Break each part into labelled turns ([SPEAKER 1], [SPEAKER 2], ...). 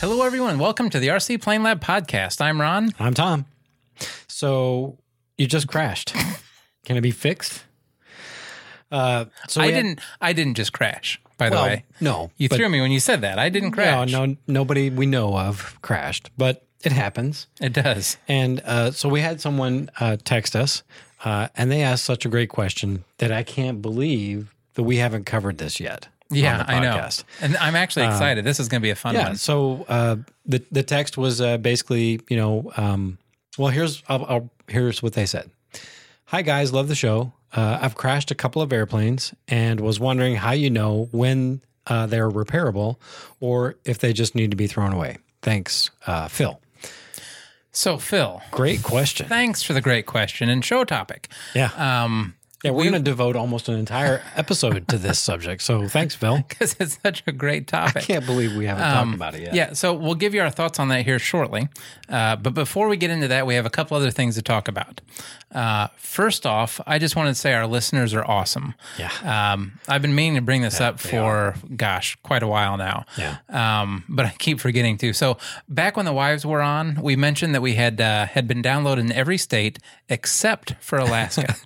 [SPEAKER 1] Hello, everyone. Welcome to the RC Plane Lab podcast. I'm Ron.
[SPEAKER 2] I'm Tom. So you just crashed. Can it be fixed? Uh, so
[SPEAKER 1] I
[SPEAKER 2] we had-
[SPEAKER 1] didn't. I didn't just crash. By the
[SPEAKER 2] well,
[SPEAKER 1] way,
[SPEAKER 2] No,
[SPEAKER 1] you
[SPEAKER 2] but-
[SPEAKER 1] threw me when you said that. I didn't crash.
[SPEAKER 2] No, no, nobody we know of crashed, but it happens.
[SPEAKER 1] it does.
[SPEAKER 2] And uh, so we had someone uh, text us, uh, and they asked such a great question that I can't believe that we haven't covered this yet. on
[SPEAKER 1] Yeah,
[SPEAKER 2] the
[SPEAKER 1] I know.
[SPEAKER 2] podcast. Um,
[SPEAKER 1] And I'm actually excited. this is going to be a fun
[SPEAKER 2] Yeah.
[SPEAKER 1] one.
[SPEAKER 2] So uh, the the text was uh, basically, you know, um, well, here's I'll, I'll, here's what they said. Hi guys, love the show. Uh, I've crashed a couple of airplanes and was wondering how you know when uh, they're repairable or if they just need to be thrown away. Thanks, uh, Phil.
[SPEAKER 1] So, Phil,
[SPEAKER 2] Great question.
[SPEAKER 1] thanks for the great question and show topic.
[SPEAKER 2] Yeah.
[SPEAKER 1] Um,
[SPEAKER 2] yeah, we're going to devote almost an entire episode to this subject. So thanks, Phil.
[SPEAKER 1] because it's such a great topic.
[SPEAKER 2] Can't believe we haven't
[SPEAKER 1] Um,
[SPEAKER 2] talked about it yet.
[SPEAKER 1] Yeah, so we'll give you our thoughts on that here shortly. Uh, but before we get into that, we have a couple other things to talk about. Uh, first off, I just wanted to say our listeners are awesome.
[SPEAKER 2] Yeah.
[SPEAKER 1] Um, I've been meaning to bring this up for, gosh, quite a while now.
[SPEAKER 2] Yeah.
[SPEAKER 1] Um, but I keep forgetting to. So back when the wives were on, we mentioned that we had uh, had been downloaded in every state except for Alaska.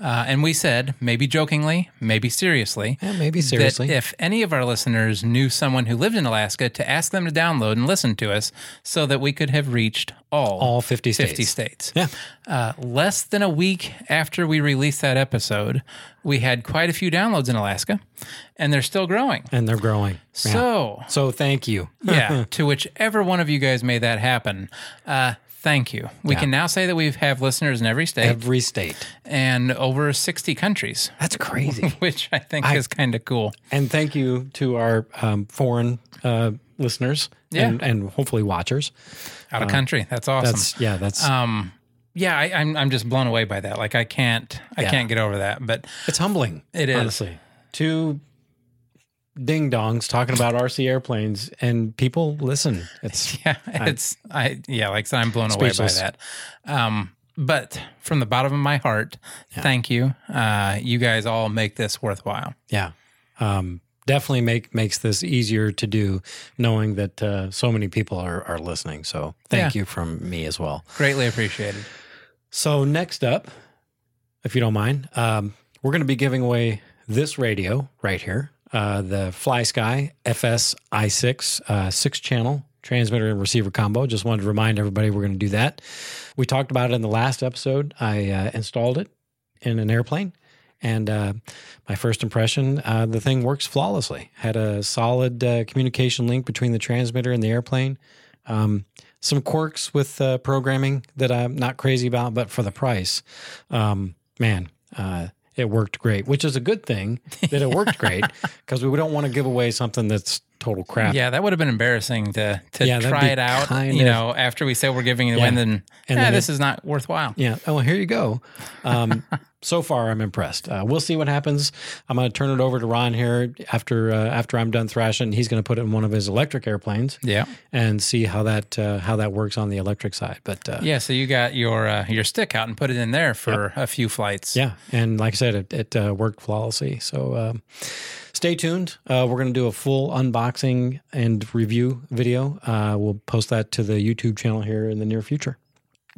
[SPEAKER 1] Uh, and we said, maybe jokingly, maybe seriously,
[SPEAKER 2] Yeah, maybe
[SPEAKER 1] that
[SPEAKER 2] seriously.
[SPEAKER 1] if any of our listeners knew someone who lived in Alaska, to ask them to download and listen to us so that we could have reached all,
[SPEAKER 2] All 50 states.
[SPEAKER 1] 50 states.
[SPEAKER 2] Yeah.
[SPEAKER 1] Uh, less than a week after we released that episode, we had quite a few downloads in Alaska, and they're still growing.
[SPEAKER 2] And they're growing. Yeah.
[SPEAKER 1] So,
[SPEAKER 2] so thank you.
[SPEAKER 1] yeah, to whichever one of you guys made that happen, uh, thank you. We can now say that we have listeners in every state
[SPEAKER 2] Every state.
[SPEAKER 1] and over 60 countries,
[SPEAKER 2] That's crazy.
[SPEAKER 1] which I think is kind of cool.
[SPEAKER 2] And thank you to our um, foreign uh, listeners and, and hopefully watchers.
[SPEAKER 1] Out of country. That's awesome.
[SPEAKER 2] Uh, That's yeah, that's
[SPEAKER 1] yeah, I, I'm I'm just blown away by that. Like I can't I can't get over that. But
[SPEAKER 2] it's humbling.
[SPEAKER 1] It is.
[SPEAKER 2] honestly two ding dongs talking about RC airplanes and people listen. It's
[SPEAKER 1] yeah, it's I yeah, like I said, I'm blown
[SPEAKER 2] Speechless.
[SPEAKER 1] away by that. Um, but from the bottom of my heart, thank you. Uh, you guys all make this worthwhile.
[SPEAKER 2] yeah, um, definitely make makes this easier to do knowing that uh, so many people are are listening. So thank you from me as well.
[SPEAKER 1] Greatly appreciated.
[SPEAKER 2] So next up, if you don't mind, um, we're going to be giving away this radio right here, uh, the Fly Sky FS i6 uh, six channel transmitter and receiver combo. Just wanted to remind everybody we're going to do that. We talked about it in the last episode. I uh, installed it in an airplane. And uh, my first impression, uh, the thing works flawlessly. Had a solid uh, communication link between the transmitter and the airplane. Um, some quirks with uh, programming that I'm not crazy about, but for the price, um, man, uh, it worked great, which is a good thing that it worked great because we don't want to give away something that's total crap.
[SPEAKER 1] Yeah, that would have been embarrassing to to
[SPEAKER 2] Yeah, that'd
[SPEAKER 1] try
[SPEAKER 2] be
[SPEAKER 1] it out.
[SPEAKER 2] kind
[SPEAKER 1] You
[SPEAKER 2] of-
[SPEAKER 1] know, after we say we're giving it away, and then,
[SPEAKER 2] And
[SPEAKER 1] "Eh,
[SPEAKER 2] then
[SPEAKER 1] this is not worthwhile.
[SPEAKER 2] Yeah. Oh, here you go. Um, so far, I'm impressed. Uh, we'll see what happens. I'm going to turn it over to Ron here after uh, after I'm done thrashing. He's going to put it in one of his electric airplanes
[SPEAKER 1] Yeah.
[SPEAKER 2] and see how that uh, how that works on the electric side. But uh,
[SPEAKER 1] Yeah, so you got your uh, your stick out and put it in there for a few flights.
[SPEAKER 2] Yeah, and like I said, it, it uh, worked flawlessly. So um, stay tuned. Uh, we're going to do a full unboxing and review video. Uh, we'll post that to the YouTube channel here in the near future.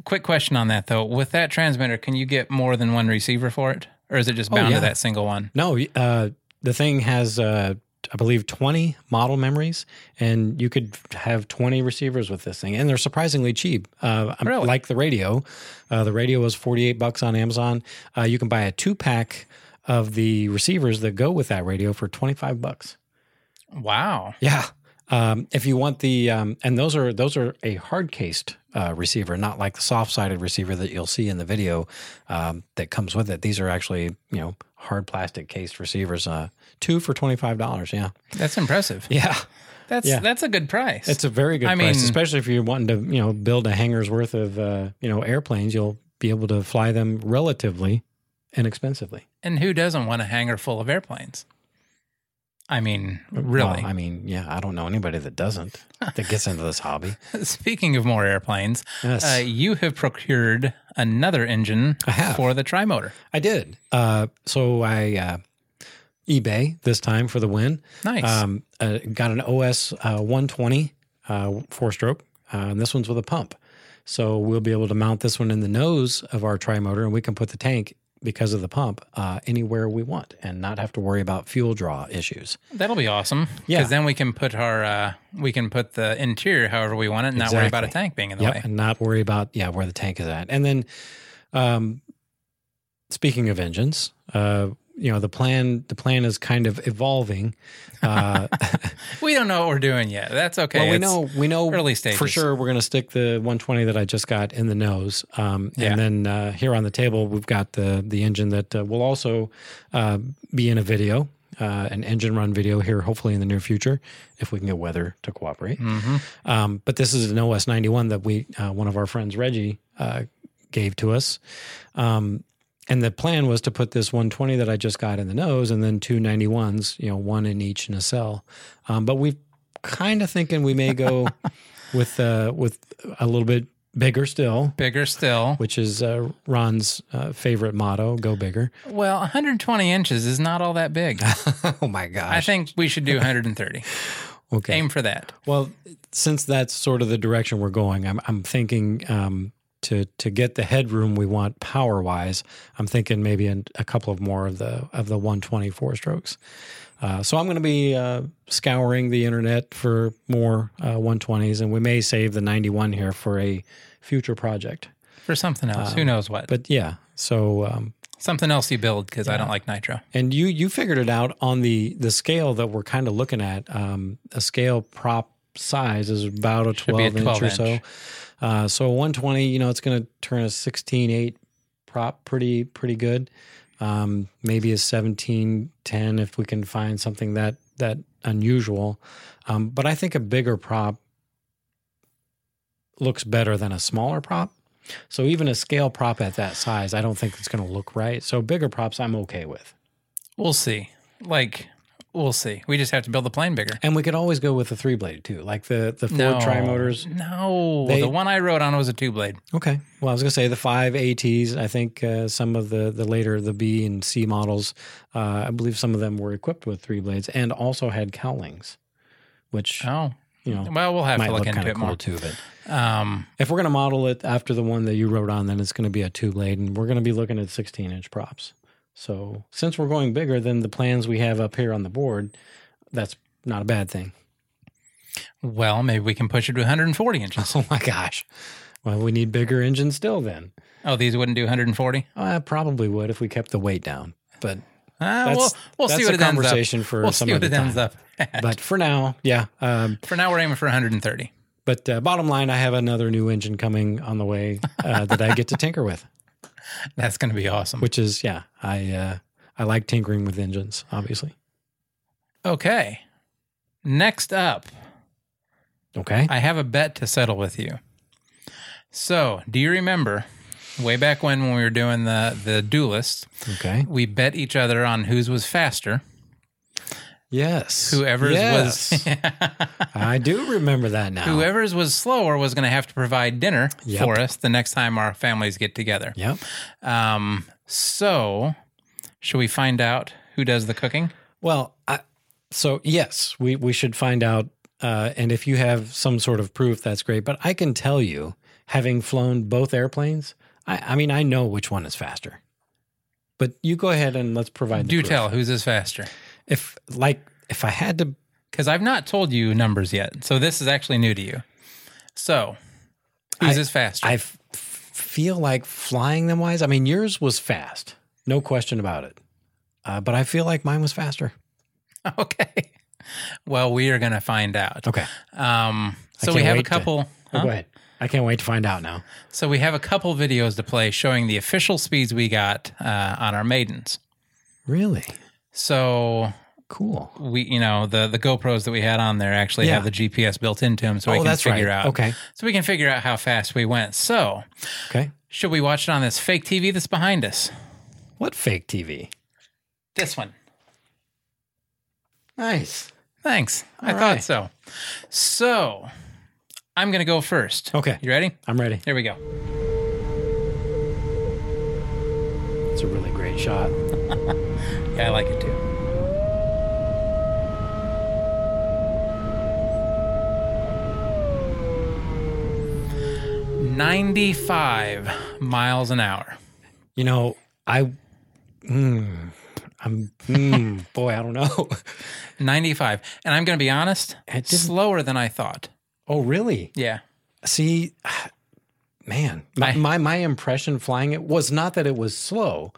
[SPEAKER 1] Quick question on that though. With that transmitter, can you get more than one receiver for it, or is it just bound
[SPEAKER 2] Oh, yeah.
[SPEAKER 1] to that single one?
[SPEAKER 2] No, uh, the thing has, uh, I believe, 20 model memories, and you could have 20 receivers with this thing. And they're surprisingly cheap. Uh, I'm-
[SPEAKER 1] Really?
[SPEAKER 2] Like the radio. Uh, the radio was 48 bucks on Amazon. Uh, you can buy a two pack of the receivers that go with that radio for 25 bucks.
[SPEAKER 1] Wow.
[SPEAKER 2] Yeah. Um, if you want the um, and those are those are a hard cased uh, receiver, not like the soft sided receiver that you'll see in the video um, that comes with it. These are actually you know hard plastic cased receivers. Uh, two for twenty five dollars. Yeah,
[SPEAKER 1] That's impressive.
[SPEAKER 2] yeah.
[SPEAKER 1] That's
[SPEAKER 2] Yeah.
[SPEAKER 1] that's a good price.
[SPEAKER 2] It's a very good
[SPEAKER 1] I
[SPEAKER 2] price,
[SPEAKER 1] mean-
[SPEAKER 2] especially if you're wanting to you know build a hangar's worth of uh, you know airplanes. You'll be able to fly them relatively inexpensively.
[SPEAKER 1] and who doesn't want a hangar full of airplanes? I mean, really.
[SPEAKER 2] Well, I mean, yeah, I don't know anybody that doesn't that gets into this hobby.
[SPEAKER 1] Speaking of more airplanes,
[SPEAKER 2] Yes.
[SPEAKER 1] uh, you have procured another engine
[SPEAKER 2] have.
[SPEAKER 1] for the trimotor.
[SPEAKER 2] I did. Uh, so I uh, eBay this time for the win.
[SPEAKER 1] Nice.
[SPEAKER 2] Um, uh, got an OS uh, 120 uh, four stroke, uh, and this one's with a pump. So we'll be able to mount this one in the nose of our tri motor, and we can put the tank because of the pump uh, anywhere we want and not have to worry about fuel draw issues.
[SPEAKER 1] That'll be awesome.
[SPEAKER 2] Yeah.
[SPEAKER 1] Because then we can put our uh, we can put the interior however we want it, and not worry about a
[SPEAKER 2] Exactly.
[SPEAKER 1] tank being in the
[SPEAKER 2] Yep,
[SPEAKER 1] way.
[SPEAKER 2] and not worry about yeah where the tank is at. And then, um, speaking of engines, uh, you know the plan the plan is kind of evolving. Uh,
[SPEAKER 1] We don't know what we're doing yet. That's okay.
[SPEAKER 2] well, we
[SPEAKER 1] It's-
[SPEAKER 2] know we know
[SPEAKER 1] early stages.
[SPEAKER 2] for sure. We're going to stick the 120 that I just got in the nose, um,
[SPEAKER 1] Yeah.
[SPEAKER 2] and then uh, here on the table we've got the the engine that uh, will also uh, be in a video, uh, an engine run video here, hopefully in the near future, if we can get weather to cooperate.
[SPEAKER 1] Mhm.
[SPEAKER 2] Um, but this is an OS 91 that we, uh, one of our friends, Reggie, uh, gave to us. Um, and the plan was to put this 120 that I just got in the nose and then two 91s, you know, one in each in a cell. Um, but we kind of thinking we may go with, uh, with a little bit bigger still,
[SPEAKER 1] Bigger still.
[SPEAKER 2] which is uh, Ron's uh, favorite motto go bigger.
[SPEAKER 1] Well, 120 inches is not all that big.
[SPEAKER 2] oh my
[SPEAKER 1] I
[SPEAKER 2] gosh.
[SPEAKER 1] think we should do 130.
[SPEAKER 2] Okay.
[SPEAKER 1] Aim for that.
[SPEAKER 2] Well, since that's sort of the direction we're going, I'm I'm thinking um, to to get the headroom we want power wise. I'm thinking maybe in a couple of more of the of the 124 strokes. Uh, so I'm going to be uh, scouring the internet for more uh, 120s, and we may save the 91 here for a future project.
[SPEAKER 1] For something else. Who knows what?
[SPEAKER 2] Um, But yeah, so um,
[SPEAKER 1] something else you build because I don't like nitro.
[SPEAKER 2] and you you figured it out on the the scale that we're kind of looking at. Um, a scale prop size is about a
[SPEAKER 1] be a
[SPEAKER 2] twelve, inch, or
[SPEAKER 1] 12
[SPEAKER 2] so.
[SPEAKER 1] inch.
[SPEAKER 2] Uh, so one twenty, you know, it's going to turn a sixteen eight prop pretty pretty good. Um, maybe a seventeen ten if we can find something that that unusual. Um, but I think a bigger prop looks better than a smaller prop. So even a scale prop at that size, I don't think it's going to look right. So bigger props, I'm okay with.
[SPEAKER 1] We'll see. Like, we'll see. We just have to build the plane bigger.
[SPEAKER 2] And we could always go with the three blade too, like the the Ford tri motors.
[SPEAKER 1] No.
[SPEAKER 2] They-
[SPEAKER 1] the one I rode on was a two blade.
[SPEAKER 2] Okay. Well, I was gonna say the five ATs. I think uh, some of the the later the B and C models, uh, I believe some of them were equipped with three blades and also had cowlings, which
[SPEAKER 1] Oh.
[SPEAKER 2] you know
[SPEAKER 1] Well, we'll have
[SPEAKER 2] might
[SPEAKER 1] to
[SPEAKER 2] look
[SPEAKER 1] look
[SPEAKER 2] kind
[SPEAKER 1] into
[SPEAKER 2] of
[SPEAKER 1] it
[SPEAKER 2] cool
[SPEAKER 1] more.
[SPEAKER 2] too. But
[SPEAKER 1] Um,
[SPEAKER 2] if we're gonna model it after the one that you wrote on, then it's gonna be a two blade, and we're gonna be looking at sixteen inch props. So since we're going bigger than the plans we have up here on the board, that's not a bad thing.
[SPEAKER 1] well, maybe we can push it to 140 inches.
[SPEAKER 2] Oh my gosh. Well, we need bigger engines still then.
[SPEAKER 1] Oh, these wouldn't do 140.
[SPEAKER 2] I probably would if we kept the weight down. But
[SPEAKER 1] Uh,
[SPEAKER 2] that's,
[SPEAKER 1] we'll we'll
[SPEAKER 2] that's
[SPEAKER 1] see what
[SPEAKER 2] a
[SPEAKER 1] it ends up.
[SPEAKER 2] conversation for
[SPEAKER 1] We'll
[SPEAKER 2] some
[SPEAKER 1] see what it
[SPEAKER 2] other
[SPEAKER 1] ends
[SPEAKER 2] time.
[SPEAKER 1] up. at.
[SPEAKER 2] But for now, yeah. Um,
[SPEAKER 1] For now, we're aiming for 130.
[SPEAKER 2] but uh, bottom line, I have another new engine coming on the way uh, that I get to tinker with,
[SPEAKER 1] That's going to be awesome.
[SPEAKER 2] which is yeah. I uh, I like tinkering with engines, obviously.
[SPEAKER 1] Okay. Next up,
[SPEAKER 2] Okay.
[SPEAKER 1] I have a bet to settle with you. So, do you remember way back when when we were doing the the duelist,
[SPEAKER 2] Okay.
[SPEAKER 1] we bet each other on whose was faster.
[SPEAKER 2] Yes.
[SPEAKER 1] Whoever's
[SPEAKER 2] yes.
[SPEAKER 1] was
[SPEAKER 2] I do remember that now.
[SPEAKER 1] whoever's was slower was going to have to provide dinner
[SPEAKER 2] Yep.
[SPEAKER 1] for us the next time our families get together.
[SPEAKER 2] Yep.
[SPEAKER 1] Um, so, should we find out who does the cooking?
[SPEAKER 2] Well, I, so yes, we, we should find out. Uh, and if you have some sort of proof, that's great. But I can tell you, having flown both airplanes, I, I mean, I know which one is faster. But you go ahead and let's provide. The
[SPEAKER 1] Do
[SPEAKER 2] proof.
[SPEAKER 1] tell whose is faster.
[SPEAKER 2] If like if I had to,
[SPEAKER 1] Because I've not told you numbers yet. So this is actually new to you. So whose
[SPEAKER 2] I-
[SPEAKER 1] is faster?
[SPEAKER 2] I f- feel like flying them wise. I mean, yours was fast, no question about it. Uh, but I feel like mine was faster.
[SPEAKER 1] okay. Well, we are going to find out.
[SPEAKER 2] Okay,
[SPEAKER 1] Um,
[SPEAKER 2] I
[SPEAKER 1] so we
[SPEAKER 2] can't
[SPEAKER 1] have a
[SPEAKER 2] wait to- Oh,
[SPEAKER 1] couple. huh?
[SPEAKER 2] go ahead. I can't wait to find out now.
[SPEAKER 1] So we have a couple videos to play showing the official speeds we got uh, on our maidens.
[SPEAKER 2] Really
[SPEAKER 1] So
[SPEAKER 2] cool.
[SPEAKER 1] we, you know, the the GoPros that we had on there actually
[SPEAKER 2] Yeah.
[SPEAKER 1] have the GPS built into them, so we
[SPEAKER 2] oh,
[SPEAKER 1] can
[SPEAKER 2] that's right.
[SPEAKER 1] figure out.
[SPEAKER 2] Okay,
[SPEAKER 1] So we can figure out how fast we went. So
[SPEAKER 2] okay.
[SPEAKER 1] should we watch it on this fake TV that's behind us?
[SPEAKER 2] What fake TV?
[SPEAKER 1] This one.
[SPEAKER 2] Nice.
[SPEAKER 1] Thanks. I
[SPEAKER 2] All
[SPEAKER 1] thought
[SPEAKER 2] right.
[SPEAKER 1] so. So I'm going to go first.
[SPEAKER 2] Okay.
[SPEAKER 1] You ready?
[SPEAKER 2] I'm ready.
[SPEAKER 1] Here we go.
[SPEAKER 2] It's a really great shot.
[SPEAKER 1] Yeah, I like it too. 95 miles an hour.
[SPEAKER 2] You know, I, mm, I'm, mm, boy, I don't know.
[SPEAKER 1] 95. And I'm going to be honest,
[SPEAKER 2] It didn't-
[SPEAKER 1] slower than I thought.
[SPEAKER 2] Oh, really?
[SPEAKER 1] Yeah.
[SPEAKER 2] See, man, my,
[SPEAKER 1] I-
[SPEAKER 2] my my impression flying it was not that it was slow.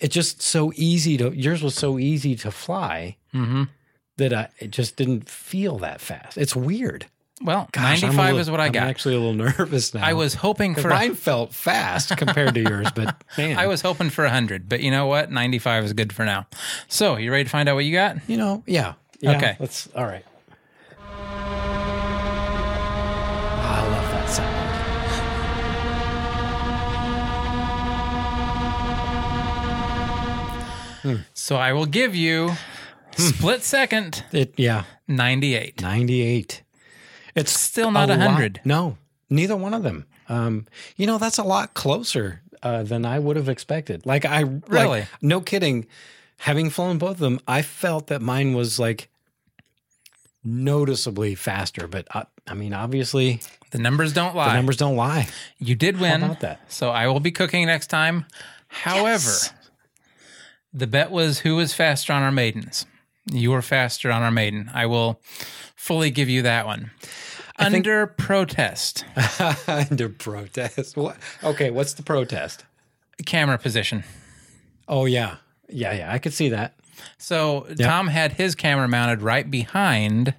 [SPEAKER 2] It just so easy to yours was so easy to fly
[SPEAKER 1] hmm
[SPEAKER 2] that I it just didn't feel that fast. It's weird.
[SPEAKER 1] Well,
[SPEAKER 2] Gosh, I'm a
[SPEAKER 1] 95
[SPEAKER 2] little-
[SPEAKER 1] is what I
[SPEAKER 2] I'm
[SPEAKER 1] got.
[SPEAKER 2] actually a little nervous now.
[SPEAKER 1] I was hoping
[SPEAKER 2] 'Cause
[SPEAKER 1] for
[SPEAKER 2] mine felt fast compared to yours, but man,
[SPEAKER 1] I was hoping for 100, but you know what? 95 is good for now. So, you ready to find out what you got?
[SPEAKER 2] you know, yeah, yeah,
[SPEAKER 1] Okay.
[SPEAKER 2] Let's all right. Ah, I love that sound.
[SPEAKER 1] So, I will give you split second
[SPEAKER 2] It yeah,
[SPEAKER 1] 98.
[SPEAKER 2] ninety eight. It's
[SPEAKER 1] Still not
[SPEAKER 2] lot-
[SPEAKER 1] 100.
[SPEAKER 2] No, neither one of them. Um, you know, that's a lot closer uh, than I would have expected. Like I like,
[SPEAKER 1] Really?
[SPEAKER 2] no kidding. Having flown both of them, I felt that mine was like noticeably faster. But I, I mean, obviously,
[SPEAKER 1] The numbers don't
[SPEAKER 2] the
[SPEAKER 1] lie.
[SPEAKER 2] numbers don't lie.
[SPEAKER 1] you did win.
[SPEAKER 2] about that?
[SPEAKER 1] So, I will be cooking next time. However, the bet was who was faster on our maidens. You were faster on our maiden. I will fully give you that one. Under protest,
[SPEAKER 2] under protest. What? Okay, what's the protest?
[SPEAKER 1] camera position.
[SPEAKER 2] Oh yeah, yeah, yeah. I could see that.
[SPEAKER 1] So Tom had his camera mounted right behind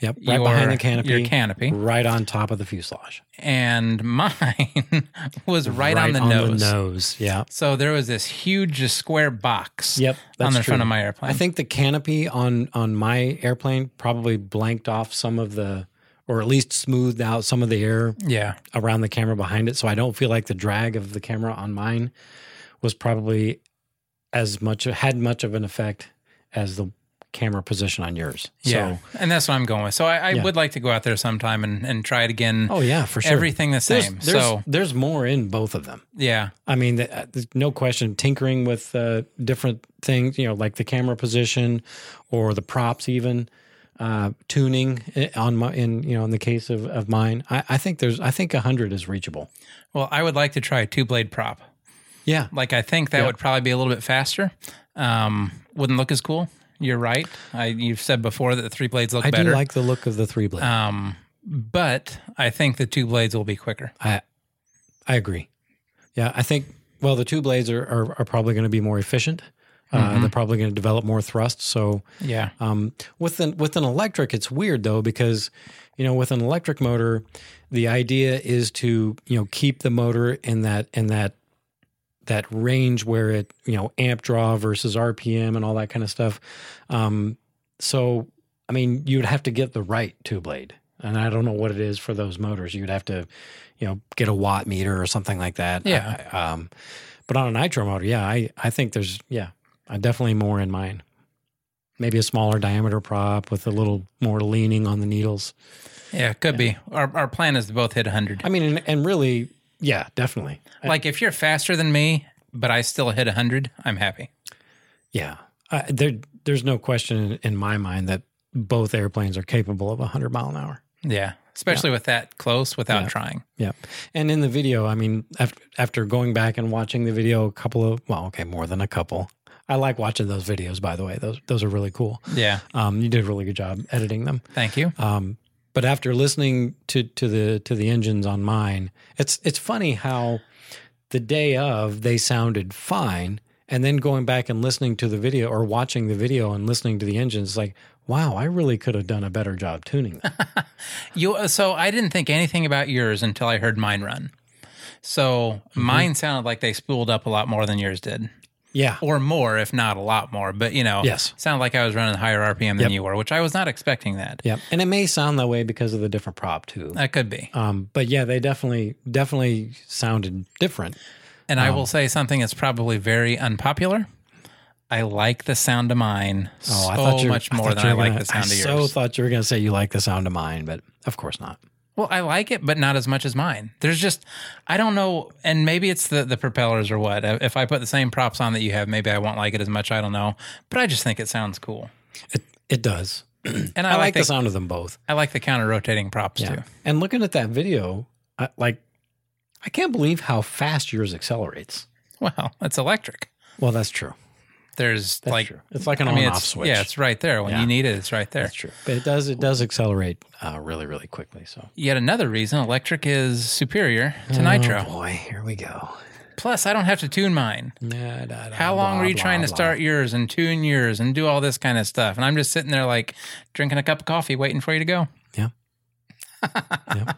[SPEAKER 2] Yep, right
[SPEAKER 1] your,
[SPEAKER 2] behind the canopy,
[SPEAKER 1] your canopy,
[SPEAKER 2] right on top of the fuselage,
[SPEAKER 1] and mine was right, on, the, nose.
[SPEAKER 2] nose. Yeah.
[SPEAKER 1] So there was this huge just square box
[SPEAKER 2] Yep,
[SPEAKER 1] on
[SPEAKER 2] that's
[SPEAKER 1] the front
[SPEAKER 2] true.
[SPEAKER 1] of my airplane.
[SPEAKER 2] I think the canopy on on my airplane probably blanked off some of the or at least smoothed out some of the air
[SPEAKER 1] yeah.
[SPEAKER 2] around the camera behind it so I don't feel like the drag of the camera on mine was probably as much had much of an effect as the camera position on yours.
[SPEAKER 1] Yeah.
[SPEAKER 2] So
[SPEAKER 1] and that's what I'm going with. So I, I would like to go out there sometime and, and try it again.
[SPEAKER 2] Oh yeah, for sure.
[SPEAKER 1] Everything the
[SPEAKER 2] there's,
[SPEAKER 1] same.
[SPEAKER 2] there's,
[SPEAKER 1] so
[SPEAKER 2] there's more in both of them.
[SPEAKER 1] yeah.
[SPEAKER 2] I mean, th- uh, there's no question, tinkering with uh, different things, you know, like the camera position or the props, even uh, tuning i- on my, in you know, in the case of, of mine, I, I think there's, I think hundred is reachable.
[SPEAKER 1] Well, I would like to try a two blade prop.
[SPEAKER 2] Yeah,
[SPEAKER 1] Like I think that would probably be a little bit faster. Um, wouldn't look as cool. You're right. I you've said before that the three blades look
[SPEAKER 2] I
[SPEAKER 1] better.
[SPEAKER 2] do like the look of the three blade.
[SPEAKER 1] Um, but I think the two blades will be quicker.
[SPEAKER 2] I, I agree. Yeah, I think. Well, the two blades are are, are probably going to be more efficient. Uh, They're probably going to develop more thrust. So
[SPEAKER 1] Yeah.
[SPEAKER 2] Um, with an with an electric, it's weird though because you know with an electric motor, the idea is to you know keep the motor in that in that that range where it you know amp draw versus RPM and all that kind of stuff. Um, so I mean, you'd have to get the right two blade, and I don't know what it is for those motors. You'd have to you know get a watt meter or something like that.
[SPEAKER 1] Yeah.
[SPEAKER 2] I- I- um, but on a nitro motor, yeah, I I think there's yeah, I definitely more in mine maybe a smaller diameter prop with a little more leaning on the needles.
[SPEAKER 1] Yeah, it could be. Our our plan is to both hit 100.
[SPEAKER 2] I mean, and, and really, yeah, definitely. Uh,
[SPEAKER 1] like if you're faster than me, but I still hit 100, I'm happy.
[SPEAKER 2] Yeah. Uh, there, there's no question in, in my mind that both airplanes are capable of 100 mile an hour.
[SPEAKER 1] Yeah. Especially with that close without
[SPEAKER 2] Yeah.
[SPEAKER 1] trying.
[SPEAKER 2] Yeah. And in the video, I mean, after, after going back and watching the video, a couple of, well, okay, more than a couple. I like watching those videos, by the way. Those, those are really cool.
[SPEAKER 1] Yeah.
[SPEAKER 2] Um, you did a really good job editing them.
[SPEAKER 1] Thank you.
[SPEAKER 2] Um, but after listening to to the to the engines on mine, it's it's funny how the day of they sounded fine, and then going back and listening to the video or watching the video and listening to the engines, like wow, I really could have done a better job tuning. Them.
[SPEAKER 1] You uh, so I didn't think anything about yours until I heard mine run. So
[SPEAKER 2] Mm-hmm.
[SPEAKER 1] mine sounded like they spooled up a lot more than yours did.
[SPEAKER 2] yeah,
[SPEAKER 1] Or more, if not a lot more. But you know,
[SPEAKER 2] Yes.
[SPEAKER 1] sounded like I was running higher RPM than you were, which I was not expecting that.
[SPEAKER 2] yeah, and it may sound that way because of the different prop too.
[SPEAKER 1] That could be.
[SPEAKER 2] Um, but yeah, they definitely definitely sounded different.
[SPEAKER 1] And
[SPEAKER 2] Um,
[SPEAKER 1] I will say something that's probably very unpopular. I like the sound of mine
[SPEAKER 2] Oh,
[SPEAKER 1] so
[SPEAKER 2] I thought you were-
[SPEAKER 1] much
[SPEAKER 2] I
[SPEAKER 1] more
[SPEAKER 2] thought
[SPEAKER 1] than
[SPEAKER 2] you
[SPEAKER 1] I
[SPEAKER 2] were
[SPEAKER 1] like
[SPEAKER 2] gonna-
[SPEAKER 1] the sound
[SPEAKER 2] I
[SPEAKER 1] of
[SPEAKER 2] so
[SPEAKER 1] yours.
[SPEAKER 2] thought you were going to say you like the sound of mine, but of course not.
[SPEAKER 1] well, I like it, but not as much as mine. There's just I don't know, and maybe it's the the propellers or what. If I put the same props on that you have, maybe I won't like it as much. I don't know, but I just think it sounds cool,
[SPEAKER 2] It it does.
[SPEAKER 1] and I,
[SPEAKER 2] I,
[SPEAKER 1] like
[SPEAKER 2] like the
[SPEAKER 1] the
[SPEAKER 2] sound of them both.
[SPEAKER 1] I like the counter rotating props
[SPEAKER 2] Yeah.
[SPEAKER 1] too.
[SPEAKER 2] And looking at that video, I, like I can't believe how fast yours accelerates.
[SPEAKER 1] Wow, that's electric.
[SPEAKER 2] Well, that's true.
[SPEAKER 1] There's
[SPEAKER 2] That's
[SPEAKER 1] like
[SPEAKER 2] true. It's like an
[SPEAKER 1] I mean,
[SPEAKER 2] on-off
[SPEAKER 1] it's,
[SPEAKER 2] switch.
[SPEAKER 1] yeah, it's right there. When
[SPEAKER 2] Yeah.
[SPEAKER 1] you need it, it's right there.
[SPEAKER 2] that's true. But it does it does accelerate uh, really really quickly. So
[SPEAKER 1] Yet another reason electric is superior to nitro.
[SPEAKER 2] Oh, boy, here we go.
[SPEAKER 1] Plus, I don't have to tune mine.
[SPEAKER 2] Nah, da, da,
[SPEAKER 1] How long
[SPEAKER 2] blah,
[SPEAKER 1] were you
[SPEAKER 2] blah,
[SPEAKER 1] trying to
[SPEAKER 2] blah.
[SPEAKER 1] start yours and tune yours and do all this kind of stuff? And I'm just sitting there like drinking a cup of coffee, waiting for you to go.
[SPEAKER 2] Yeah. Yeah.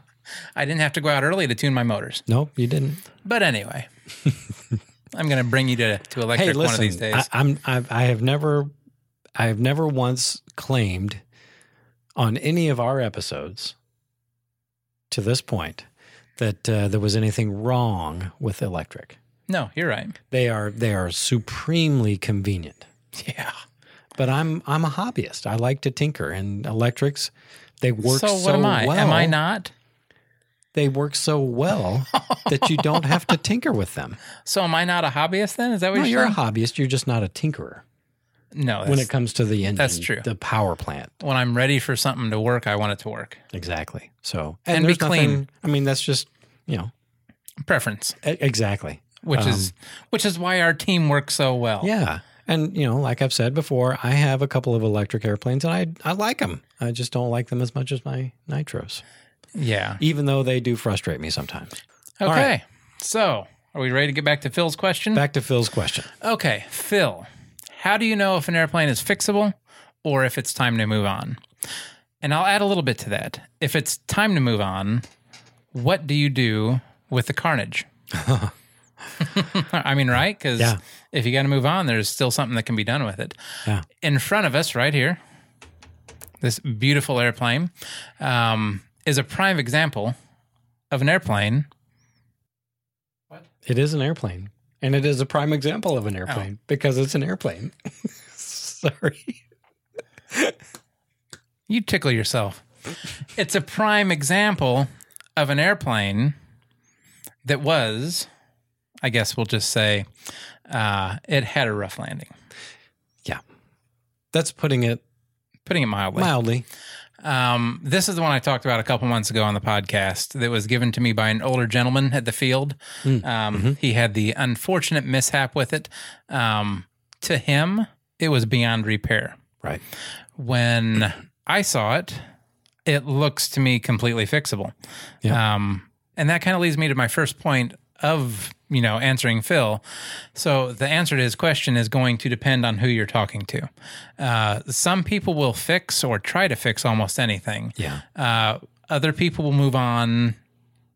[SPEAKER 1] I didn't have to go out early to tune my motors.
[SPEAKER 2] Nope, you didn't.
[SPEAKER 1] But anyway, I'm going to bring you to, to electric
[SPEAKER 2] hey, listen,
[SPEAKER 1] one of these days.
[SPEAKER 2] I, I'm I've, I have never I have never once claimed on any of our episodes to this point that uh, there was anything wrong with electric.
[SPEAKER 1] no, you're right.
[SPEAKER 2] They are they are supremely convenient.
[SPEAKER 1] Yeah.
[SPEAKER 2] But I'm I'm a hobbyist. I like to tinker, and electrics they work so,
[SPEAKER 1] so what am I?
[SPEAKER 2] well.
[SPEAKER 1] Am I not?
[SPEAKER 2] They work so well that you don't have to tinker with them.
[SPEAKER 1] So am I not a hobbyist then? Is that what
[SPEAKER 2] No,
[SPEAKER 1] you're,
[SPEAKER 2] you're a
[SPEAKER 1] saying?
[SPEAKER 2] hobbyist. You're just not a tinkerer
[SPEAKER 1] no, Oh, that's,
[SPEAKER 2] when
[SPEAKER 1] when,
[SPEAKER 2] it comes to the engine.
[SPEAKER 1] that's true.
[SPEAKER 2] The power plant.
[SPEAKER 1] I'm ready for something to work, I want it to work.
[SPEAKER 2] Exactly. So
[SPEAKER 1] And be
[SPEAKER 2] there's
[SPEAKER 1] clean.
[SPEAKER 2] nothing- I mean, that's just you know
[SPEAKER 1] Preference,
[SPEAKER 2] e- exactly.
[SPEAKER 1] which is which is why our team works so well.
[SPEAKER 2] Um, Yeah, and you know, like I've said before, I have a couple of electric airplanes, and I I like them. I just don't like them as much as my nitros,
[SPEAKER 1] Yeah.
[SPEAKER 2] even though they do frustrate me sometimes.
[SPEAKER 1] Okay.
[SPEAKER 2] right.
[SPEAKER 1] So, are we ready to get back to Phil's question?
[SPEAKER 2] Back to Phil's question.
[SPEAKER 1] Okay, Phil, how do you know if an airplane is fixable or if it's time to move on? And I'll add a little bit to that. If it's time to move on, what do you do with the carnage? I mean, right? Because
[SPEAKER 2] Yeah.
[SPEAKER 1] if you got to move on, there's still something that can be done with it.
[SPEAKER 2] Yeah.
[SPEAKER 1] In front of us, right here, this beautiful airplane um, is a prime example of an airplane
[SPEAKER 2] It is an airplane, and it is a prime example of an airplane because it's an airplane. Sorry.
[SPEAKER 1] You tickle yourself. it's a prime example of an airplane that was, I guess we'll just say, uh, it had a rough landing,
[SPEAKER 2] That's putting it
[SPEAKER 1] putting it mildly.
[SPEAKER 2] mildly.
[SPEAKER 1] Um, this is the one I talked about a couple months ago on the podcast that was given to me by an older gentleman at the field.
[SPEAKER 2] Mm,
[SPEAKER 1] Um, He had the unfortunate mishap with it. Um, to him, it was beyond repair.
[SPEAKER 2] Right.
[SPEAKER 1] when I saw it, it looks to me completely fixable.
[SPEAKER 2] Yeah.
[SPEAKER 1] Um, and that kind of leads me to my first point of, you know, answering Phil. So the answer to his question is going to depend on who you're talking to. Uh, some people will fix or try to fix almost anything.
[SPEAKER 2] Yeah.
[SPEAKER 1] Uh, other people will move on,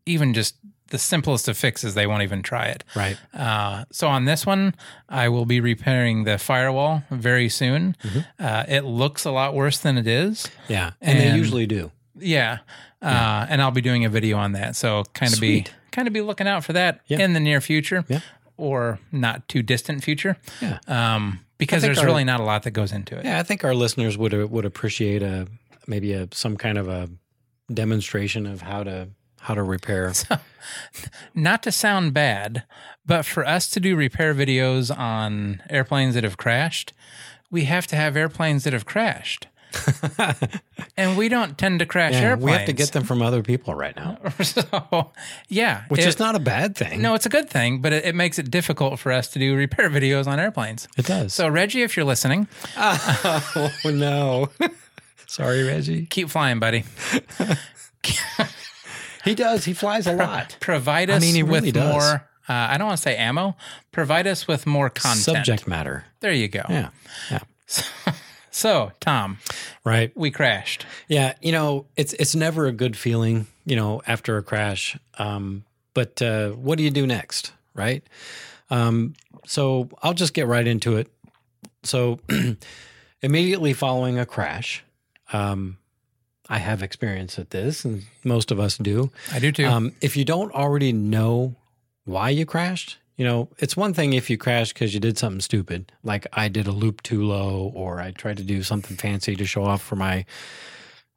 [SPEAKER 1] even just the simplest of fixes, they won't even try it.
[SPEAKER 2] Right.
[SPEAKER 1] Uh, so on this one, I will be repairing the firewall very soon.
[SPEAKER 2] Mm-hmm.
[SPEAKER 1] Uh, it looks a lot worse than it is.
[SPEAKER 2] Yeah. And, they
[SPEAKER 1] And-
[SPEAKER 2] usually do.
[SPEAKER 1] Yeah. Uh, And I'll be doing a video on that. So kind of be
[SPEAKER 2] Sweet.
[SPEAKER 1] kind of be looking out for that
[SPEAKER 2] Yeah.
[SPEAKER 1] in the near future
[SPEAKER 2] Yeah.
[SPEAKER 1] or not too distant future.
[SPEAKER 2] Yeah.
[SPEAKER 1] Um, because
[SPEAKER 2] think
[SPEAKER 1] there's
[SPEAKER 2] our-
[SPEAKER 1] really not a lot that goes into it.
[SPEAKER 2] Yeah, I think our listeners would uh, would appreciate a maybe a some kind of a demonstration of how to how to repair.
[SPEAKER 1] Not to sound bad, but for us to do repair videos on airplanes that have crashed, we have to have airplanes that have crashed. and we don't tend to crash
[SPEAKER 2] Yeah,
[SPEAKER 1] airplanes.
[SPEAKER 2] we have to get them from other people right now,
[SPEAKER 1] so yeah
[SPEAKER 2] which
[SPEAKER 1] it-
[SPEAKER 2] is not a bad thing.
[SPEAKER 1] no it's a good thing but it, it makes it difficult for us to do repair videos on airplanes
[SPEAKER 2] it does.
[SPEAKER 1] so reggie if you're listening
[SPEAKER 2] oh no, sorry, Reggie.
[SPEAKER 1] keep flying buddy
[SPEAKER 2] He does. He flies a lot.
[SPEAKER 1] provide us
[SPEAKER 2] mean, he really
[SPEAKER 1] with
[SPEAKER 2] does.
[SPEAKER 1] more uh, i don't want to say ammo provide us with more content
[SPEAKER 2] Subject matter.
[SPEAKER 1] there you go
[SPEAKER 2] Yeah. Yeah.
[SPEAKER 1] so tom
[SPEAKER 2] Right.
[SPEAKER 1] we crashed
[SPEAKER 2] Yeah, you know, it's it's never a good feeling, you know, after a crash. Um, but uh, what do you do next, right? Um, so I'll just get right into it. So immediately following a crash, um, I have experience at this, and most of us do.
[SPEAKER 1] i do too
[SPEAKER 2] Um, if you don't already know why you crashed, you know, it's one thing if you crashed because you did something stupid, like I did a loop too low, or I tried to do something fancy to show off for my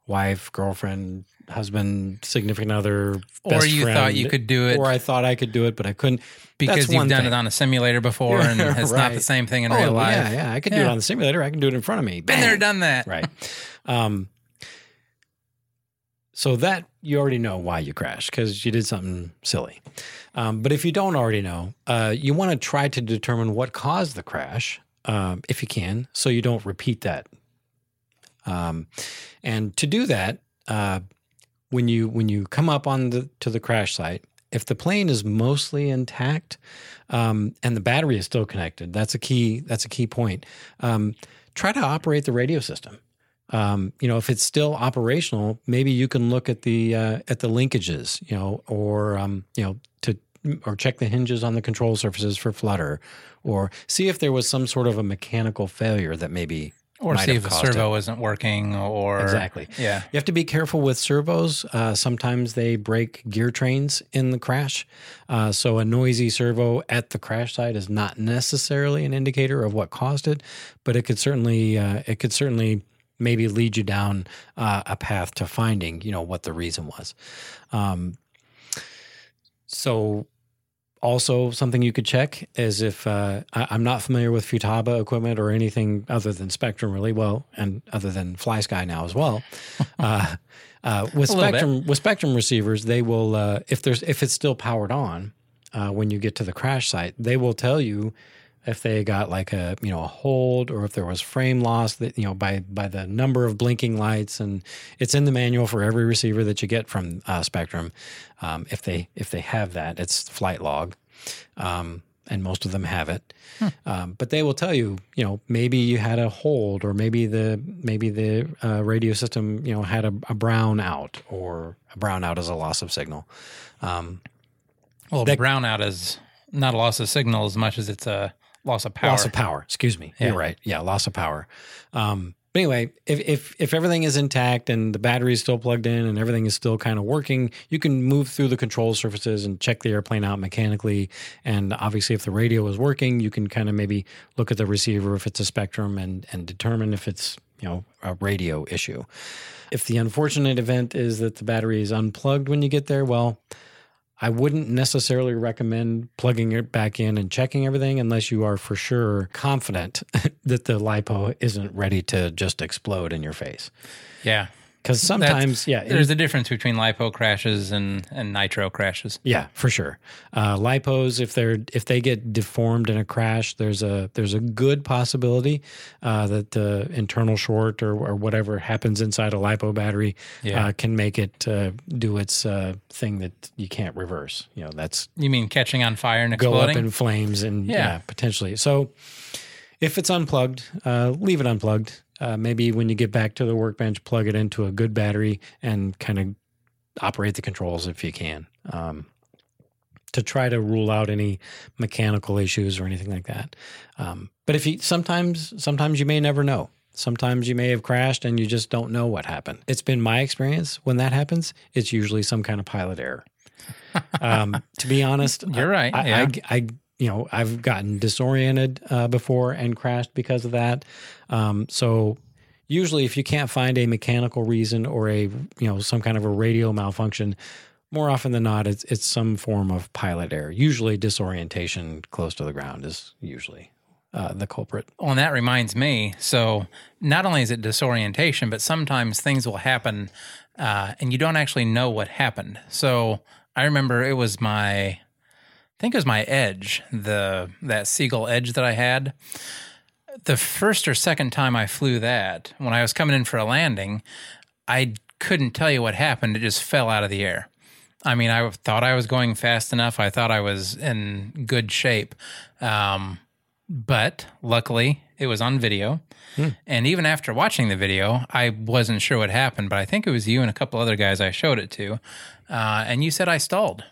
[SPEAKER 2] wife, girlfriend, husband, significant other,
[SPEAKER 1] or
[SPEAKER 2] best
[SPEAKER 1] you
[SPEAKER 2] friend,
[SPEAKER 1] thought you could do it
[SPEAKER 2] or I thought I could do it, but I couldn't
[SPEAKER 1] because
[SPEAKER 2] that's
[SPEAKER 1] you've
[SPEAKER 2] one
[SPEAKER 1] done
[SPEAKER 2] thing.
[SPEAKER 1] it on a simulator before and it's not
[SPEAKER 2] Right.
[SPEAKER 1] the same thing in
[SPEAKER 2] Oh,
[SPEAKER 1] real life
[SPEAKER 2] Yeah, yeah, I could do
[SPEAKER 1] Yeah.
[SPEAKER 2] it on the simulator. I can do it in front of me.
[SPEAKER 1] been there
[SPEAKER 2] Bang.
[SPEAKER 1] done that
[SPEAKER 2] right. Um, So that you already know why you crashed because you did something silly. Um, but if you don't already know, uh, you want to try to determine what caused the crash, um, if you can, so you don't repeat that. Um, and to do that, uh, when you when you come up on the to the crash site, if the plane is mostly intact um, and the battery is still connected, that's a key. That's a key point. Um, try to operate the radio system. Um, you know, if it's still operational, maybe you can look at the uh, at the linkages. You know, or um, you know to or check the hinges on the control surfaces for flutter, or see if there was some sort of a mechanical failure that maybe
[SPEAKER 1] Or
[SPEAKER 2] might
[SPEAKER 1] see
[SPEAKER 2] have
[SPEAKER 1] if a
[SPEAKER 2] caused it.
[SPEAKER 1] servo isn't working or.
[SPEAKER 2] Exactly.
[SPEAKER 1] Yeah.
[SPEAKER 2] You have to be careful with servos. Uh, sometimes they break gear trains in the crash. Uh, so, a noisy servo at the crash site is not necessarily an indicator of what caused it, but it could certainly, uh, it could certainly maybe lead you down uh, a path to finding, you know, what the reason was. Um, so, also something you could check is if uh, I, I'm not familiar with Futaba equipment or anything other than Spectrum, really. Well, and other than FlySky now as well. uh, uh, with
[SPEAKER 1] A little
[SPEAKER 2] Spectrum, with Spectrum receivers, they will uh, if there's if it's still powered on uh, when you get to the crash site, they will tell you if they got like a you know a hold or if there was frame loss that you know by by the number of blinking lights and it's in the manual for every receiver that you get from uh, Spectrum. Um, if they if they have that, it's flight log, um, and most of them have it. Um, but they will tell you, you know, maybe you had a hold, or maybe the maybe the uh, radio system, you know, had a, a brown out, or a brown out is a loss of signal. Um,
[SPEAKER 1] Well, brownout is not a loss of signal as much as it's a loss of power.
[SPEAKER 2] Loss of power. Excuse me.
[SPEAKER 1] Yeah.
[SPEAKER 2] You're right. Yeah, loss of power. Um, but anyway, if, if if everything is intact and the battery is still plugged in and everything is still kind of working, you can move through the control surfaces and check the airplane out mechanically. And obviously, if the radio is working, you can kind of maybe look at the receiver if it's a spectrum and and determine if it's you know a radio issue. If the unfortunate event is that the battery is unplugged when you get there, well, I wouldn't necessarily recommend plugging it back in and checking everything unless you are for sure confident that the lipo isn't ready to just explode in your face.
[SPEAKER 1] Yeah.
[SPEAKER 2] Because sometimes, yeah, it-
[SPEAKER 1] There's a difference between lipo crashes and, and nitro crashes.
[SPEAKER 2] yeah, for sure. Uh, lipos, if they're if they get deformed in a crash, there's a there's a good possibility uh, that the internal short or, or whatever happens inside a lipo battery
[SPEAKER 1] Yeah.
[SPEAKER 2] uh, can make it uh, do its uh, thing that you can't reverse. You know, that's
[SPEAKER 1] You mean catching on fire and
[SPEAKER 2] go
[SPEAKER 1] exploding?
[SPEAKER 2] up in flames and yeah.
[SPEAKER 1] Yeah.
[SPEAKER 2] potentially. So if it's unplugged, uh, leave it unplugged. Uh, maybe when you get back to the workbench, plug it into a good battery and kind of operate the controls if you can um, to try to rule out any mechanical issues or anything like that. Um, but if you sometimes, sometimes you may never know. Sometimes you may have crashed and you just don't know what happened. It's been my experience when that happens, it's usually some kind of pilot error. um, to be honest,
[SPEAKER 1] You're right.
[SPEAKER 2] I,
[SPEAKER 1] yeah.
[SPEAKER 2] I, I- you know, I've gotten disoriented uh, before and crashed because of that. Um, so usually, if you can't find a mechanical reason or a you know some kind of a radio malfunction, more often than not, it's it's some form of pilot error. Usually, disorientation close to the ground is usually uh, the culprit.
[SPEAKER 1] Well, and that reminds me. So, not only is it disorientation, but sometimes things will happen uh, and you don't actually know what happened. So, I remember it was my, I think it was my Edge, the that Seagull Edge that I had. The first or second time I flew that, when I was coming in for a landing, I couldn't tell you what happened. It just fell out of the air. I mean, I thought I was going fast enough. I thought I was in good shape. Um, but luckily it was on video. And even after watching the video, I wasn't sure what happened, but I think it was you and a couple other guys I showed it to. Uh, and you said I stalled.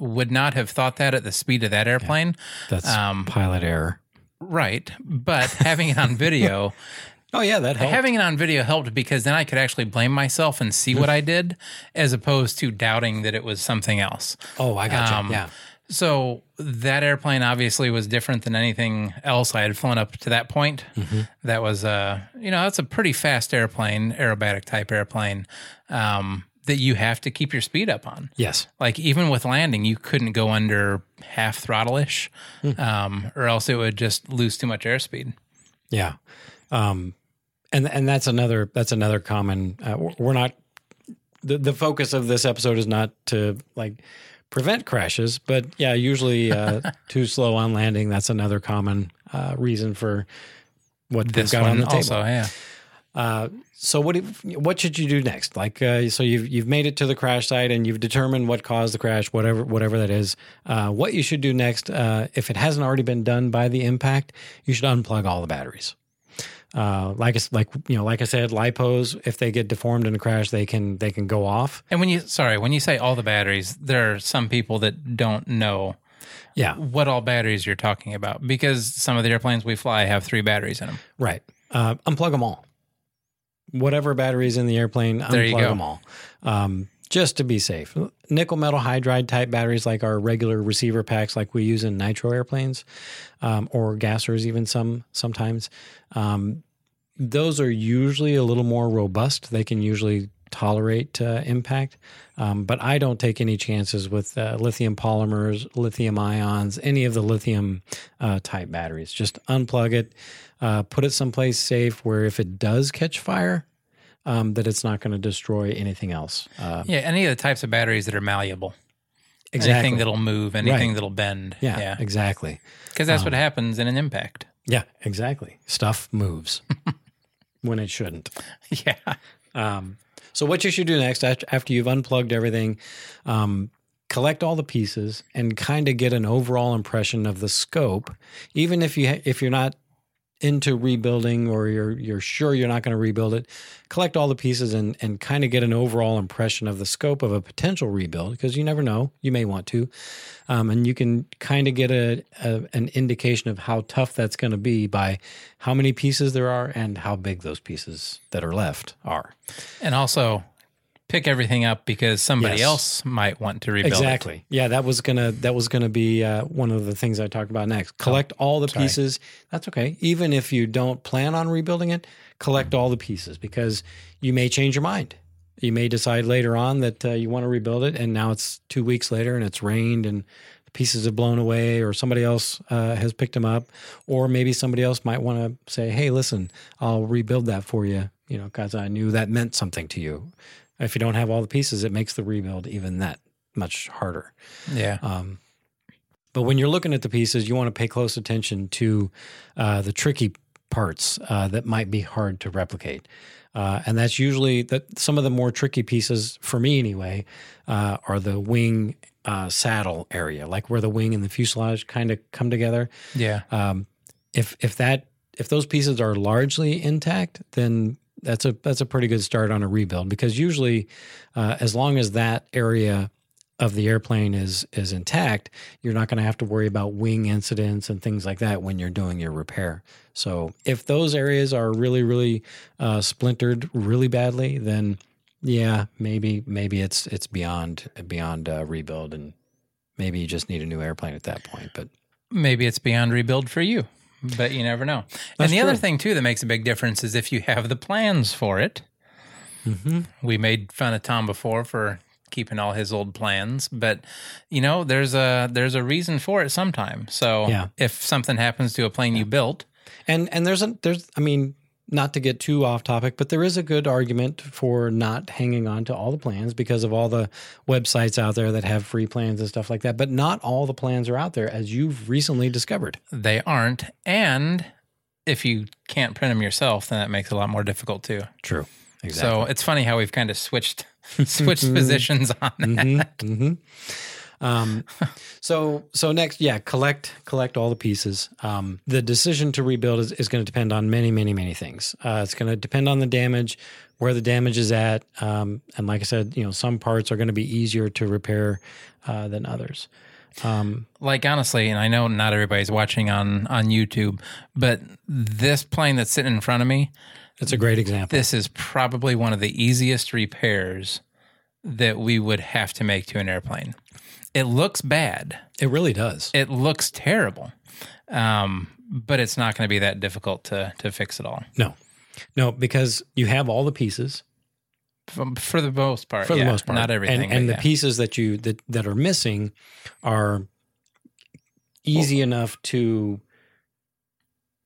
[SPEAKER 1] Would not have thought that at the speed of that airplane.
[SPEAKER 2] That's pilot error.
[SPEAKER 1] Right. But having it on video,
[SPEAKER 2] Oh yeah, that helped.
[SPEAKER 1] having it on video helped because then I could actually blame myself and see what I did as opposed to doubting that it was something else.
[SPEAKER 2] oh, I got
[SPEAKER 1] Um,
[SPEAKER 2] you. Yeah.
[SPEAKER 1] So that airplane obviously was different than anything else I had flown up to that point.
[SPEAKER 2] Mm-hmm.
[SPEAKER 1] That was a you know that's a pretty fast airplane, aerobatic type airplane um, that you have to keep your speed up on.
[SPEAKER 2] Yes.
[SPEAKER 1] Like even with landing, you couldn't go under half throttle ish,
[SPEAKER 2] Hmm.
[SPEAKER 1] um, or else it would just lose too much airspeed.
[SPEAKER 2] Yeah, um, and and that's another that's another common. Uh, we're- we're not the, the focus of this episode is not to like prevent crashes, but yeah, usually uh, too slow on landing. That's another common uh, reason for what they've
[SPEAKER 1] This
[SPEAKER 2] got
[SPEAKER 1] one
[SPEAKER 2] on the table.
[SPEAKER 1] also, yeah.
[SPEAKER 2] Uh, so what if- what should you do next? Like uh, so you've you've made it to the crash site and you've determined what caused the crash, whatever whatever that is. Uh, what you should do next, uh, if it hasn't already been done by the impact, you should unplug all the batteries. Uh, like I s- like you know, like I said, lipos if they get deformed in a crash, they can they can go off.
[SPEAKER 1] And when you sorry, when you say all the batteries, there are some people that don't know
[SPEAKER 2] Yeah,
[SPEAKER 1] what all batteries you're talking about because some of the airplanes we fly have three batteries in them.
[SPEAKER 2] Right. Uh, unplug them all. Whatever batteries in the airplane, unplug
[SPEAKER 1] There you go.
[SPEAKER 2] them all. Um, just to be safe. Nickel metal hydride type batteries, like our regular receiver packs, like we use in nitro airplanes, um, or gassers, even some sometimes. Um, those are usually a little more robust. They can usually tolerate uh, impact. Um, but I don't take any chances with uh, lithium polymers, lithium ions, any of the lithium uh, type batteries. Just unplug it, uh, put it someplace safe where if it does catch fire, um, that it's not going to destroy anything else. Uh,
[SPEAKER 1] Yeah, any of the types of batteries that are malleable. Anything that'll move, anything that'll bend.
[SPEAKER 2] yeah, um,
[SPEAKER 1] Yeah.
[SPEAKER 2] exactly.
[SPEAKER 1] Because that's what happens in an impact.
[SPEAKER 2] Yeah, exactly. Stuff moves when it shouldn't.
[SPEAKER 1] Yeah.
[SPEAKER 2] Um, so what you should do next aft- after you've unplugged everything, um, collect all the pieces and kind of get an overall impression of the scope. Even if you ha- if you're not into rebuilding or you're you're sure you're not going to rebuild it, collect all the pieces and and kind of get an overall impression of the scope of a potential rebuild because you never know you may want to, um, and you can kind of get a, a an indication of how tough that's going to be by how many pieces there are and how big those pieces that are left are.
[SPEAKER 1] And also pick everything up because somebody
[SPEAKER 2] Yes.
[SPEAKER 1] else might want to rebuild. it.
[SPEAKER 2] Exactly. Yeah, that was gonna that was gonna be uh, one of the things I talked about next. Collect all the
[SPEAKER 1] Oh, sorry.
[SPEAKER 2] pieces. That's okay. Even if you don't plan on rebuilding it, collect
[SPEAKER 1] Mm.
[SPEAKER 2] all the pieces because you may change your mind. You may decide later on that uh, you want to rebuild it, and now it's two weeks later, and it's rained, and the pieces have blown away, or somebody else uh, has picked them up, or maybe somebody else might want to say, "Hey, listen, I'll rebuild that for you," you know, because I knew that meant something to you. If you don't have all the pieces, it makes the rebuild even that much harder.
[SPEAKER 1] Yeah.
[SPEAKER 2] Um, but when you're looking at the pieces, you want to pay close attention to uh, the tricky parts uh, that might be hard to replicate. Uh, and that's usually that some of the more tricky pieces for me anyway uh, are the wing uh, saddle area, like where the wing and the fuselage kind of come together
[SPEAKER 1] Yeah.
[SPEAKER 2] um, if if that if those pieces are largely intact, then that's a that's a pretty good start on a rebuild because usually, uh, as long as that area of the airplane is is intact, you're not going to have to worry about wing incidents and things like that when you're doing your repair. So if those areas are really really uh, splintered really badly, then yeah, maybe maybe it's it's beyond beyond uh, rebuild and maybe you just need a new airplane at that point. But
[SPEAKER 1] maybe it's beyond rebuild for you, but you never know. and
[SPEAKER 2] That's
[SPEAKER 1] the other
[SPEAKER 2] true.
[SPEAKER 1] thing too that makes a big difference is if you have the plans for it. We made fun of Tom before for keeping all his old plans, but you know, there's a there's a reason for it sometime. So
[SPEAKER 2] Yeah.
[SPEAKER 1] if something happens to a plane you built,
[SPEAKER 2] And and there's a there's I mean not to get too off topic, but there is a good argument for not hanging on to all the plans because of all the websites out there that have free plans and stuff like that. But not all the plans are out there, as you've recently discovered.
[SPEAKER 1] they aren't. And if you can't print them yourself, then that makes it a lot more difficult too.
[SPEAKER 2] True.
[SPEAKER 1] So it's funny how we've kind of switched switched positions on that.
[SPEAKER 2] hmm Um, so so next, yeah, collect collect all the pieces. Um, the decision to rebuild is, is going to depend on many many many things. Uh, it's going to depend on the damage, where the damage is at, um, and like I said, you know, some parts are going to be easier to repair uh, than others. Um,
[SPEAKER 1] like honestly and i know not everybody's watching on on youtube but this plane that's sitting in front of me
[SPEAKER 2] it's a great example.
[SPEAKER 1] this is probably one of the easiest repairs that we would have to make to an airplane it looks bad
[SPEAKER 2] It really does.
[SPEAKER 1] it looks terrible um, but it's not going to be that difficult to to fix it all
[SPEAKER 2] No, no, because you have all the pieces.
[SPEAKER 1] for, um, for the most part
[SPEAKER 2] for
[SPEAKER 1] yeah.
[SPEAKER 2] the most part.
[SPEAKER 1] not everything
[SPEAKER 2] and, and the
[SPEAKER 1] but yeah.
[SPEAKER 2] pieces that you that that are missing are easy enough to.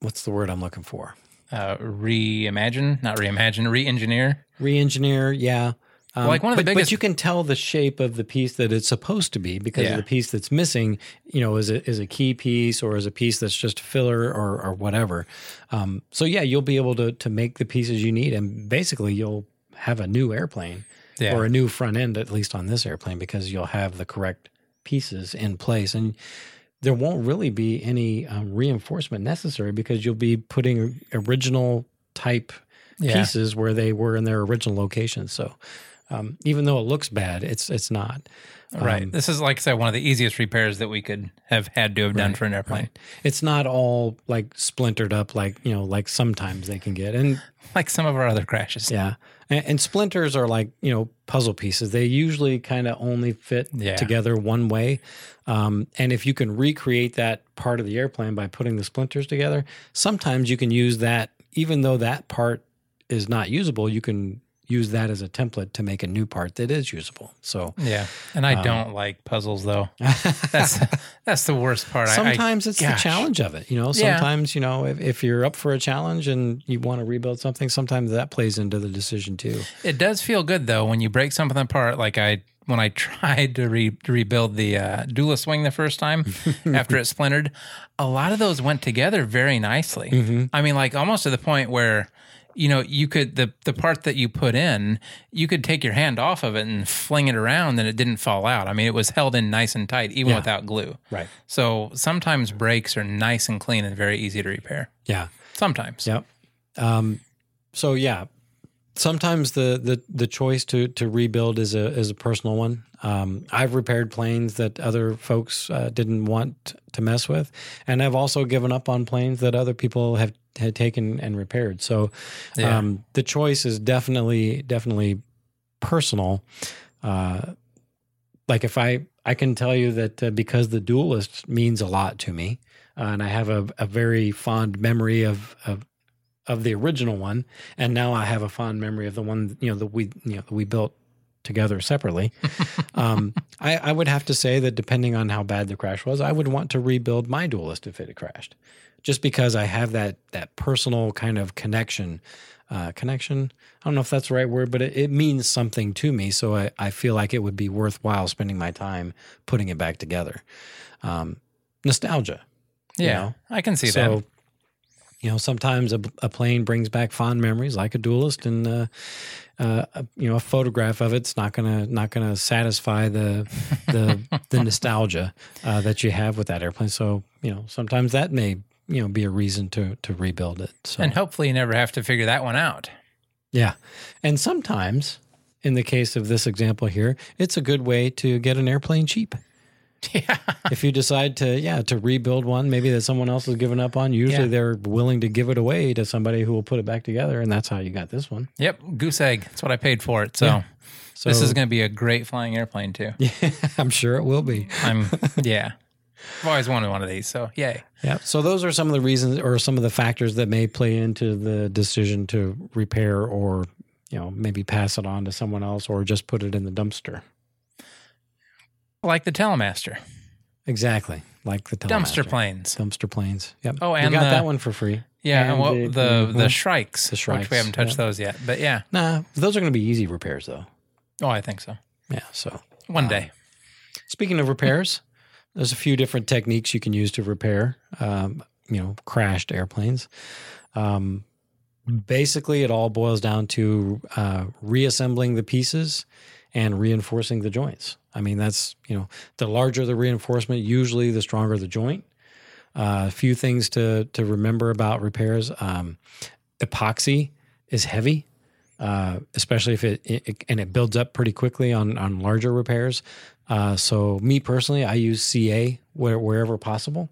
[SPEAKER 2] What's the word I'm looking for?
[SPEAKER 1] uh, reimagine not reimagine re-engineer
[SPEAKER 2] Re-engineer, yeah, Um,
[SPEAKER 1] Like one of the
[SPEAKER 2] but,
[SPEAKER 1] biggest-
[SPEAKER 2] but you can tell the shape of the piece that it's supposed to be because
[SPEAKER 1] Yeah.
[SPEAKER 2] of the piece that's missing. You know, is a, is a key piece or is a piece that's just filler or or whatever. Um, so yeah, you'll be able to to make the pieces you need, and basically you'll have a new airplane
[SPEAKER 1] Yeah.
[SPEAKER 2] or a new front end at least on this airplane because you'll have the correct pieces in place and there won't really be any um, reinforcement necessary because you'll be putting original type
[SPEAKER 1] Yeah.
[SPEAKER 2] pieces where they were in their original location. So um, even though it looks bad, it's it's not.
[SPEAKER 1] Right.
[SPEAKER 2] Um,
[SPEAKER 1] this is, like I said, one of the easiest repairs that we could have had to have done for an airplane.
[SPEAKER 2] It's not all like splintered up like you know like sometimes they can get and
[SPEAKER 1] Like some of our other crashes.
[SPEAKER 2] yeah and, and splinters are like you know puzzle pieces. They usually kind of only fit
[SPEAKER 1] Yeah.
[SPEAKER 2] together one way. Um, and if you can recreate that part of the airplane by putting the splinters together, sometimes you can use that even though that part is not usable. You can use that as a template to make a new part that is usable. So.
[SPEAKER 1] Yeah. And
[SPEAKER 2] Um,
[SPEAKER 1] I don't like puzzles though. That's that's the worst part. I- I-
[SPEAKER 2] sometimes it's
[SPEAKER 1] gosh.
[SPEAKER 2] the challenge of it you know
[SPEAKER 1] Yeah.
[SPEAKER 2] sometimes you know if, if you're up for a challenge and you want to rebuild something sometimes that plays into the decision too
[SPEAKER 1] It does feel good though when you break something apart. Like I, when I tried to, re- to rebuild the uh, doula swing the first time after it splintered, a lot of those went together very nicely.
[SPEAKER 2] Mm-hmm.
[SPEAKER 1] I mean, like almost to the point where, you know, you could the the part that you put in, you could take your hand off of it and fling it around, and it didn't fall out. I mean, it was held in nice and tight even without glue.
[SPEAKER 2] right
[SPEAKER 1] So sometimes breaks are nice and clean and very easy to repair.
[SPEAKER 2] yeah
[SPEAKER 1] Sometimes.
[SPEAKER 2] Yep. Um, so yeah, sometimes the, the the choice to to rebuild is a is a personal one. Um, I've repaired planes that other folks uh, didn't want to mess with, and I've also given up on planes that other people have had taken and repaired. So
[SPEAKER 1] Yeah.
[SPEAKER 2] um, the choice is definitely definitely personal. Uh, like if I I can tell you that uh, because the duelist means a lot to me, uh, and I have a, a very fond memory of, of of the original one, and now I have a fond memory of the one you know that we you know that we built together separately. um, I, I would have to say that depending on how bad the crash was, I would want to rebuild my duelist if it had crashed, just because I have that that personal kind of connection. Uh, connection. I don't know if that's the right word, but it, it means something to me. So I, I feel like it would be worthwhile spending my time putting it back together. Um, nostalgia.
[SPEAKER 1] Yeah.
[SPEAKER 2] know.
[SPEAKER 1] I can see
[SPEAKER 2] so,
[SPEAKER 1] that.
[SPEAKER 2] you know, sometimes a, a plane brings back fond memories, like a duelist, and uh, uh, you know, a photograph of it's not gonna not gonna satisfy the the the nostalgia uh, that you have with that airplane. So, you know, sometimes that may you know be a reason to to rebuild it. So,
[SPEAKER 1] And hopefully you never have to figure that one out.
[SPEAKER 2] yeah, and sometimes. In the case of this example here, it's a good way to get an airplane cheap.
[SPEAKER 1] Yeah.
[SPEAKER 2] if you decide to yeah to rebuild one maybe that someone else has given up on usually
[SPEAKER 1] Yeah.
[SPEAKER 2] they're willing to give it away to somebody who will put it back together and that's how you got this one
[SPEAKER 1] Yep. Goose egg. That's what I paid for it. So,
[SPEAKER 2] so
[SPEAKER 1] this is going to be a great flying airplane, too.
[SPEAKER 2] i'm sure it will be
[SPEAKER 1] I'm, yeah. I've always wanted one of these. So, yay.
[SPEAKER 2] yeah so those are some of the reasons or some of the factors that may play into the decision to repair or you know maybe pass it on to someone else or just put it in the dumpster
[SPEAKER 1] Like the Telemaster,
[SPEAKER 2] exactly like the
[SPEAKER 1] dumpster
[SPEAKER 2] Telemaster.
[SPEAKER 1] planes.
[SPEAKER 2] dumpster planes yep
[SPEAKER 1] Oh,
[SPEAKER 2] We
[SPEAKER 1] and
[SPEAKER 2] got
[SPEAKER 1] the-
[SPEAKER 2] that one for free
[SPEAKER 1] Yeah. And
[SPEAKER 2] And
[SPEAKER 1] well,
[SPEAKER 2] the-
[SPEAKER 1] the, the
[SPEAKER 2] mhm.
[SPEAKER 1] Shrikes,
[SPEAKER 2] The
[SPEAKER 1] which
[SPEAKER 2] Shrikes,
[SPEAKER 1] we haven't touched
[SPEAKER 2] yeah.
[SPEAKER 1] those yet. But yeah.
[SPEAKER 2] nah those are going to be easy repairs though
[SPEAKER 1] Oh, I think so.
[SPEAKER 2] yeah so
[SPEAKER 1] One day.
[SPEAKER 2] Speaking of repairs, there's a few different techniques you can use to repair, um, you know, crashed airplanes. Um, basically, it all boils down to uh, reassembling the pieces and reinforcing the joints. I mean, that's you know, the larger the reinforcement, usually the stronger the joint. Uh, a few things to to remember about repairs: um, epoxy is heavy. Uh, especially if it, it and it builds up pretty quickly on on larger repairs. Uh, so me personally, I use CA where, wherever possible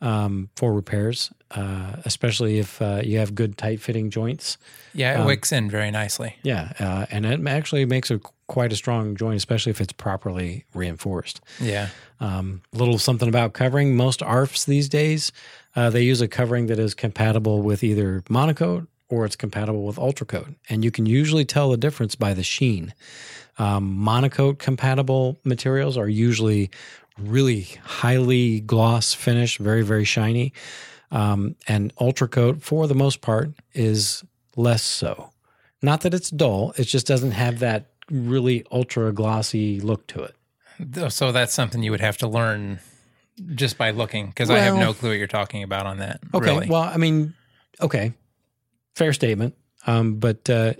[SPEAKER 2] um, for repairs, uh, especially if uh, you have good tight fitting joints.
[SPEAKER 1] Yeah.
[SPEAKER 2] Um,
[SPEAKER 1] It wicks in very nicely.
[SPEAKER 2] Yeah, uh, and it actually makes a quite a strong joint, especially if it's properly reinforced.
[SPEAKER 1] Yeah.
[SPEAKER 2] Um, little something about covering. Most ARFs these days, uh, they use a covering that is compatible with either monocoat or it's compatible with ultracoat. And you can usually tell the difference by the sheen. Um, monocoat compatible materials are usually really highly gloss finish, very, very shiny. Um, and ultracoat, for the most part, is less so. Not that it's dull, it just doesn't have that really ultra glossy look to it.
[SPEAKER 1] Th- So that's something you would have to learn just by looking because I have
[SPEAKER 2] Well-
[SPEAKER 1] no clue what you're talking about on that.
[SPEAKER 2] Okay.
[SPEAKER 1] really.
[SPEAKER 2] Well, I mean, okay, fair statement. Um, but uh,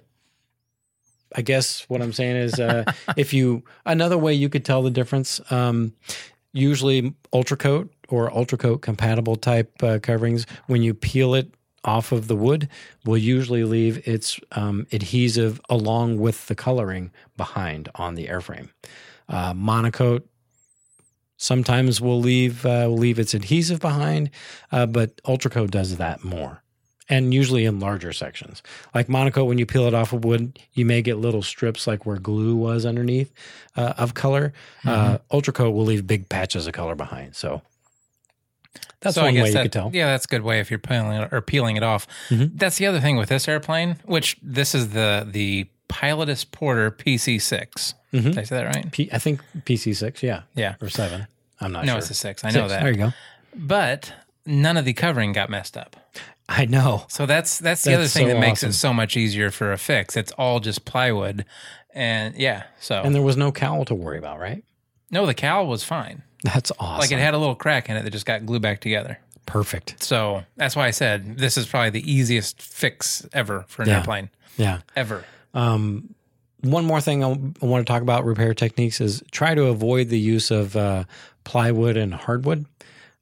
[SPEAKER 2] I guess what I'm saying is, uh, if you another way you could tell the difference, um, usually ultracoat or ultracoat compatible type uh, coverings, when you peel it off of the wood, will usually leave its um, adhesive along with the coloring behind on the airframe. Uh, monocoat sometimes will leave uh, will leave its adhesive behind, uh, but Ultracoat does that more, and usually in larger sections. Like Monaco, when you peel it off of wood, you may get little strips like where glue was underneath uh, of color. Uh,
[SPEAKER 1] Mm-hmm.
[SPEAKER 2] Ultracoat will leave big patches of color behind, so that's
[SPEAKER 1] So I
[SPEAKER 2] one
[SPEAKER 1] guess
[SPEAKER 2] way
[SPEAKER 1] that-
[SPEAKER 2] you could tell.
[SPEAKER 1] Yeah, that's a good way if you're peeling it or peeling it off.
[SPEAKER 2] Mhm.
[SPEAKER 1] That's the other thing with this airplane, which this is the the Pilotus Porter PC6.
[SPEAKER 2] Mhm.
[SPEAKER 1] Did I say that right?
[SPEAKER 2] P- I think PC six, yeah,
[SPEAKER 1] Yeah.
[SPEAKER 2] or seven. I'm not
[SPEAKER 1] no,
[SPEAKER 2] sure.
[SPEAKER 1] it's a six. I know
[SPEAKER 2] Six,
[SPEAKER 1] that.
[SPEAKER 2] There you go.
[SPEAKER 1] But none of the covering got messed up.
[SPEAKER 2] I know.
[SPEAKER 1] So that's that's the
[SPEAKER 2] That's
[SPEAKER 1] other thing
[SPEAKER 2] so
[SPEAKER 1] that makes
[SPEAKER 2] awesome.
[SPEAKER 1] it so much easier for a fix. It's all just plywood, and yeah. So
[SPEAKER 2] And there was no cowl to worry about, right?
[SPEAKER 1] no, the cowl was fine.
[SPEAKER 2] That's awesome.
[SPEAKER 1] Like it had a little crack in it that just got glued back together.
[SPEAKER 2] perfect.
[SPEAKER 1] So that's why I said this is probably the easiest fix ever for an
[SPEAKER 2] Yeah.
[SPEAKER 1] airplane
[SPEAKER 2] Yeah.
[SPEAKER 1] ever.
[SPEAKER 2] Um, one more thing I want to talk about repair techniques is try to avoid the use of uh, plywood and hardwood,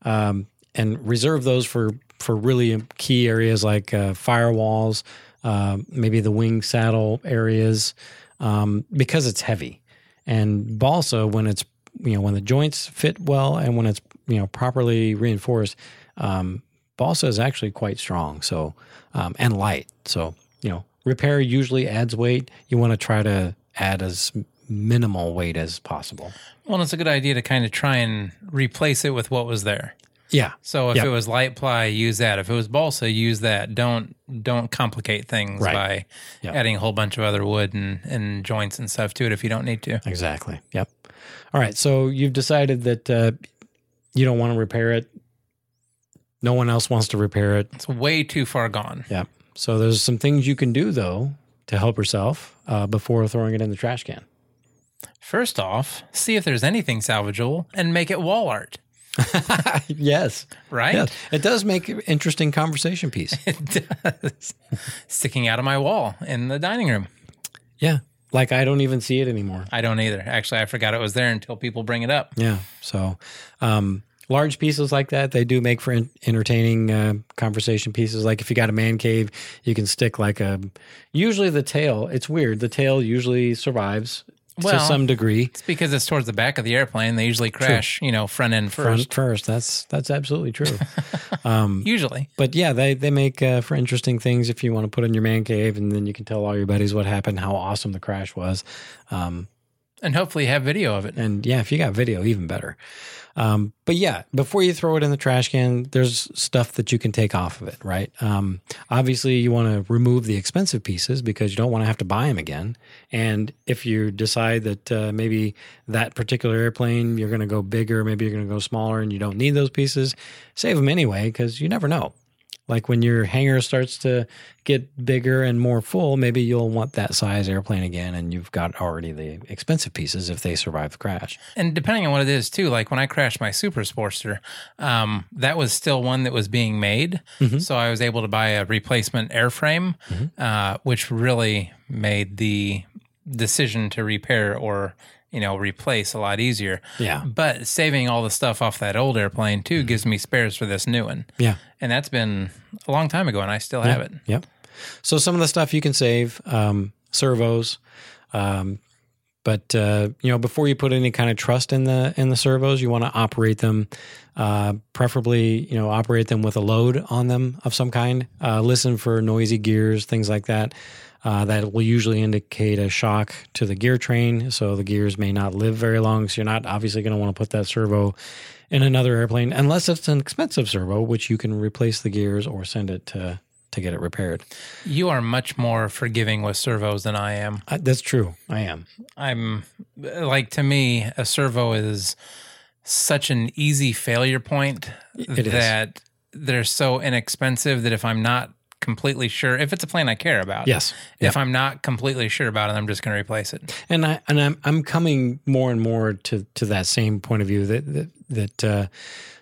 [SPEAKER 2] um, and reserve those for for really key areas like uh, firewalls, uh, maybe the wing saddle areas, um, because it's heavy, and balsa when it's you know when the joints fit well and when it's you know properly reinforced, um, balsa is actually quite strong. So um, and light. So you know repair usually adds weight. You want to try to add as minimal weight as possible.
[SPEAKER 1] Well, it's a good idea to kind of try and replace it with what was there.
[SPEAKER 2] Yeah.
[SPEAKER 1] So if
[SPEAKER 2] Yep.
[SPEAKER 1] it was light ply, use that. If it was balsa, use that. Don't don't complicate things
[SPEAKER 2] Right.
[SPEAKER 1] by
[SPEAKER 2] Yep.
[SPEAKER 1] adding a whole bunch of other wood and, and joints and stuff to it if you don't need to.
[SPEAKER 2] Exactly. Yep. All right. So you've decided that uh, you don't want to repair it. No one else wants to repair it.
[SPEAKER 1] It's way too far gone.
[SPEAKER 2] Yep. So there's some things you can do though to help yourself uh, before throwing it in the trash can.
[SPEAKER 1] First off, see if there's anything salvageable and make it wall art.
[SPEAKER 2] yes.
[SPEAKER 1] Right?
[SPEAKER 2] Yes. It does make an interesting conversation piece.
[SPEAKER 1] It does. Sticking out of my wall in the dining room.
[SPEAKER 2] yeah. Like I don't even see it anymore.
[SPEAKER 1] I don't either. Actually, I forgot it was there until people bring it up.
[SPEAKER 2] Yeah. So, um, large pieces like that, they do make for en- entertaining uh, conversation pieces. Like if you got a man cave, you can stick like a. Usually the tail. It's weird. The tail usually survives to
[SPEAKER 1] Well,
[SPEAKER 2] some degree.
[SPEAKER 1] It's because it's towards the back of the airplane. They usually crash, you know, front end first.
[SPEAKER 2] Front first. That's that's absolutely true.
[SPEAKER 1] Usually.
[SPEAKER 2] but yeah, they they make uh, for interesting things if you want to put in your man cave, and then you can tell all your buddies what happened, how awesome the crash was. Um,
[SPEAKER 1] And hopefully have video of it.
[SPEAKER 2] And yeah, if you got video, even better. Um, but yeah, before you throw it in the trash can, there's stuff that you can take off of it, right? Um, obviously, you want to remove the expensive pieces because you don't want to have to buy them again. And if you decide that uh, maybe that particular airplane, you're going to go bigger, maybe you're going to go smaller, and you don't need those pieces, save them anyway because you never know. Like when your hangar starts to get bigger and more full, maybe you'll want that size airplane again, and you've got already the expensive pieces if they survive the crash.
[SPEAKER 1] And depending on what it is, too, like when I crashed my Super Sportster, um, that was still one that was being made. So I was able to buy a replacement airframe, uh, which really made the decision to repair or, you know, replace a lot easier.
[SPEAKER 2] Yeah.
[SPEAKER 1] But saving all the stuff off that old airplane, too, gives me spares for this new one.
[SPEAKER 2] Yeah.
[SPEAKER 1] And that's been a long time ago, and I still have it.
[SPEAKER 2] Yep. So some of the stuff you can save, um, servos, um, but uh, you know before you put any kind of trust in the in the servos, you want to operate them, uh, preferably you know operate them with a load on them of some kind. Uh, listen for noisy gears, things like that. Uh, that will usually indicate a shock to the gear train, so the gears may not live very long. So you're not obviously going to want to put that servo in another airplane unless it's an expensive servo, which you can replace the gears or send it to to get it repaired.
[SPEAKER 1] You are much more forgiving with servos than I am.
[SPEAKER 2] Uh, that's true. I am.
[SPEAKER 1] I'm like to me, a servo is such an easy failure point
[SPEAKER 2] It is.
[SPEAKER 1] that they're so inexpensive that if I'm not completely sure if it's a plane I care about.
[SPEAKER 2] Yes.
[SPEAKER 1] If I'm not completely sure about it, I'm just going to replace it.
[SPEAKER 2] and I and I'm I'm coming more and more to to that same point of view that that, that uh,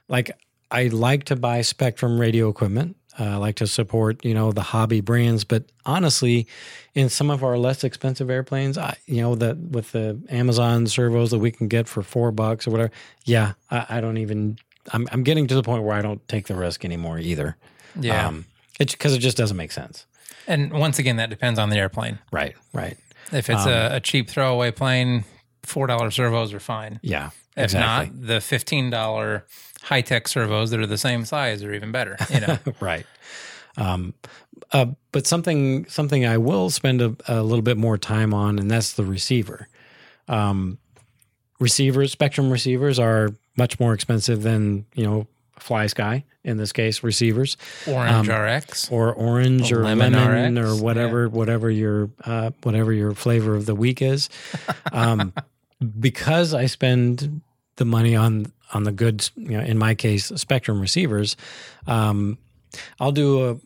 [SPEAKER 2] like I like to buy Spectrum radio equipment. Uh, I like to support you know the hobby brands, but honestly, in some of our less expensive airplanes, I you know that with the Amazon servos that we can get for four bucks or whatever, yeah, I, I don't even. I'm I'm getting to the point where I don't take the risk anymore either.
[SPEAKER 1] Yeah.
[SPEAKER 2] um, it's because it just doesn't make sense.
[SPEAKER 1] and once again, that depends on the airplane.
[SPEAKER 2] Right. Right.
[SPEAKER 1] If
[SPEAKER 2] Um,
[SPEAKER 1] it's a, a cheap throwaway plane, four dollar servos are fine.
[SPEAKER 2] Yeah.
[SPEAKER 1] If not, the fifteen dollar high tech servos that are the same size are even better. You know,
[SPEAKER 2] right. Um, uh, but something something I will spend a, a little bit more time on, and that's the receiver. Um, receivers, spectrum receivers, are much more expensive than you know fly sky in this case receivers
[SPEAKER 1] Orange
[SPEAKER 2] Um,
[SPEAKER 1] RX.
[SPEAKER 2] or orange or
[SPEAKER 1] Lemon
[SPEAKER 2] lemon,
[SPEAKER 1] RX,
[SPEAKER 2] or whatever whatever your uh, whatever your flavor of the week is. Um, because I spend the money on on the good, you know, in my case, Spectrum receivers. Um, I'll do a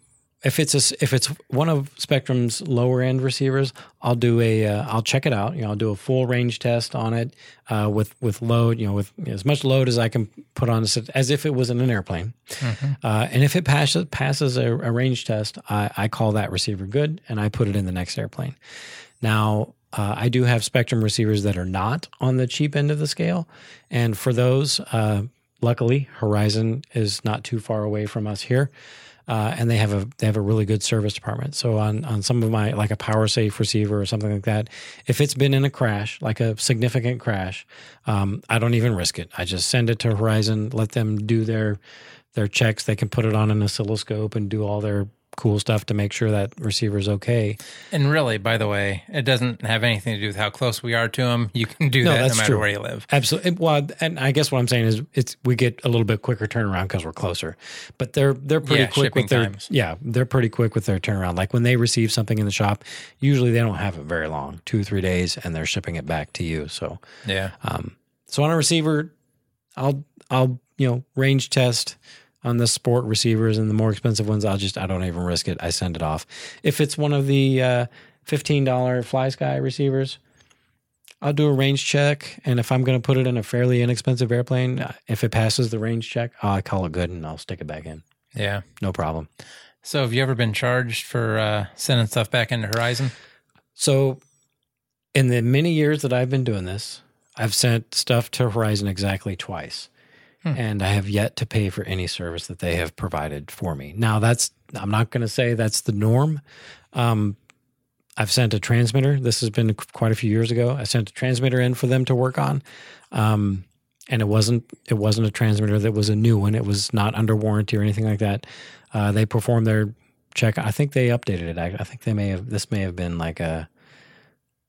[SPEAKER 2] if it's a s if it's one of Spectrum's lower end receivers, I'll do a uh, I'll check it out. You know, I'll do a full range test on it uh, with with load. You know, with as much load as I can put on it, as if it was in an airplane. Uh, and if it passes passes a, a range test, I, I call that receiver good, and I put it in the next airplane. Now, uh, I do have Spectrum receivers that are not on the cheap end of the scale, and for those, uh, luckily Horizon is not too far away from us here, uh, and they have a they have a really good service department. So on on some of my like a power safe receiver or something like that, if it's been in a crash, like a significant crash, um, I don't even risk it. I just send it to Horizon, let them do their their checks. They can put it on an oscilloscope and do all their cool stuff to make sure that receiver is okay.
[SPEAKER 1] And really, by the way, it doesn't have anything to do with how close we are to them. You can do
[SPEAKER 2] No,
[SPEAKER 1] that no
[SPEAKER 2] that's
[SPEAKER 1] matter
[SPEAKER 2] true.
[SPEAKER 1] where you live.
[SPEAKER 2] Absolutely. Well, and I guess what I'm saying is, it's we get a little bit quicker turnaround because we're closer. But they're they're pretty
[SPEAKER 1] Yeah,
[SPEAKER 2] quick
[SPEAKER 1] shipping
[SPEAKER 2] with their
[SPEAKER 1] times.
[SPEAKER 2] yeah they're pretty quick with their turnaround. Like when they receive something in the shop, usually they don't have it very long, two three days, and they're shipping it back to you. So
[SPEAKER 1] Yeah.
[SPEAKER 2] um, so on a receiver, I'll I'll you know range test on the sport receivers and the more expensive ones. I'll just I don't even risk it. I send it off. If it's one of the uh, fifteen dollar Fly Sky receivers, I'll do a range check. And if I'm going to put it in a fairly inexpensive airplane, uh, if it passes the range check, oh, I call it good and I'll stick it back in.
[SPEAKER 1] Yeah.
[SPEAKER 2] No problem.
[SPEAKER 1] So, have you ever been charged for uh, sending stuff back into Horizon?
[SPEAKER 2] So, in the many years that I've been doing this, I've sent stuff to Horizon exactly twice,
[SPEAKER 1] Hmm.
[SPEAKER 2] and I have yet to pay for any service that they have provided for me. Now, that's I'm not going to say that's the norm. Um, I've sent a transmitter. This has been quite a few years ago. I sent a transmitter in for them to work on, um, and it wasn't it wasn't a transmitter that was a new one. It was not under warranty or anything like that. Uh, they performed their check. I think they updated it. I, I think they may have. This may have been like a.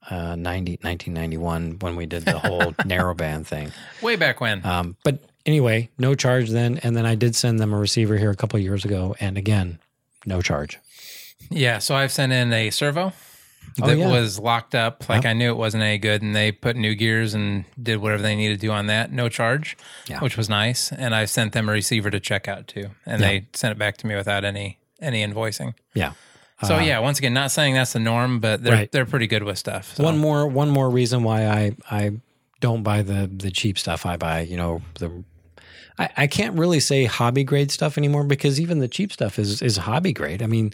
[SPEAKER 2] Uh, 90, 1991 when we did the whole narrowband thing.
[SPEAKER 1] Way back when.
[SPEAKER 2] Um, but anyway, no charge then. And then I did send them a receiver here a couple of years ago, and again, no charge.
[SPEAKER 1] Yeah, so I've sent in a servo
[SPEAKER 2] Oh,
[SPEAKER 1] that
[SPEAKER 2] yeah.
[SPEAKER 1] was locked up. Like I knew it wasn't any good, and they put new gears and did whatever they needed to do on that, no charge,
[SPEAKER 2] Yeah.
[SPEAKER 1] which was nice. And I sent them a receiver to check out too, and they sent it back to me without any any invoicing.
[SPEAKER 2] Yeah.
[SPEAKER 1] So yeah, once again, not saying that's the norm, but they're
[SPEAKER 2] Uh-huh. Right.
[SPEAKER 1] they're pretty good with stuff. So.
[SPEAKER 2] One more one more reason why I I don't buy the the cheap stuff. I buy you know the I, I can't really say hobby grade stuff anymore because even the cheap stuff is is hobby grade. I mean,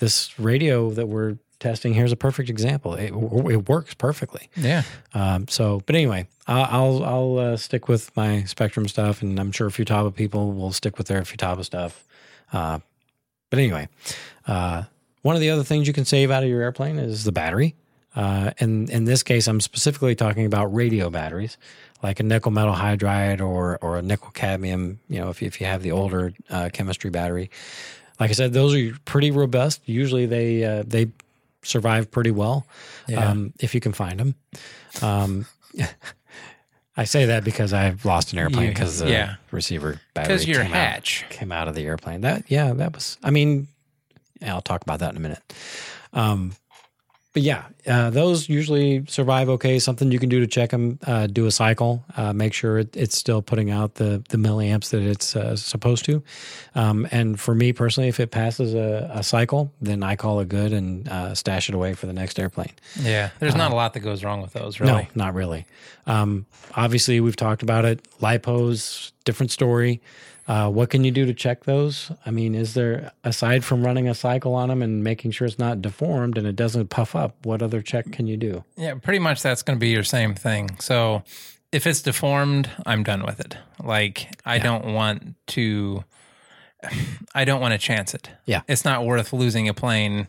[SPEAKER 2] this radio that we're testing here is a perfect example. It it works perfectly.
[SPEAKER 1] yeah,
[SPEAKER 2] Um, so, but anyway, I- I'll I'll uh, stick with my Spectrum stuff, and I'm sure Futaba people will stick with their Futaba stuff. Uh, but anyway, uh, one of the other things you can save out of your airplane is the battery. Uh, and in this case, I'm specifically talking about radio batteries, like a nickel metal hydride or or a nickel cadmium. You know, if you, if you have the older uh, chemistry battery, like I said, those are pretty robust. Usually, they uh, they survive pretty well
[SPEAKER 1] Yeah.
[SPEAKER 2] um, if you can find them. Um, I say that because I've lost an airplane
[SPEAKER 1] You-
[SPEAKER 2] because the
[SPEAKER 1] yeah.
[SPEAKER 2] receiver battery
[SPEAKER 1] because your
[SPEAKER 2] came out-
[SPEAKER 1] hatch.
[SPEAKER 2] came out of the airplane. That yeah, that was. I mean, yeah, I'll talk about that in a minute. Um, but yeah, uh, those usually survive okay. Something you can do to check them, uh, do a cycle, uh, make sure it, it's still putting out the the milliamps that it's uh, supposed to. Um, and for me personally, if it passes a, a cycle, then I call it good and uh, stash it away for the next airplane.
[SPEAKER 1] Yeah, there's
[SPEAKER 2] Uh-huh.
[SPEAKER 1] not a lot that goes wrong with those, really.
[SPEAKER 2] No, not really. Um, obviously, we've talked about it. Lipos, different story. Uh, what can you do to check those? I mean, is there aside from running a cycle on them and making sure it's not deformed and it doesn't puff up? What other check can you do?
[SPEAKER 1] Yeah, pretty much that's going to be your same thing. So if it's deformed, I'm done with it. Like I don't want to I don't want to chance it.
[SPEAKER 2] Yeah.
[SPEAKER 1] It's not worth losing a plane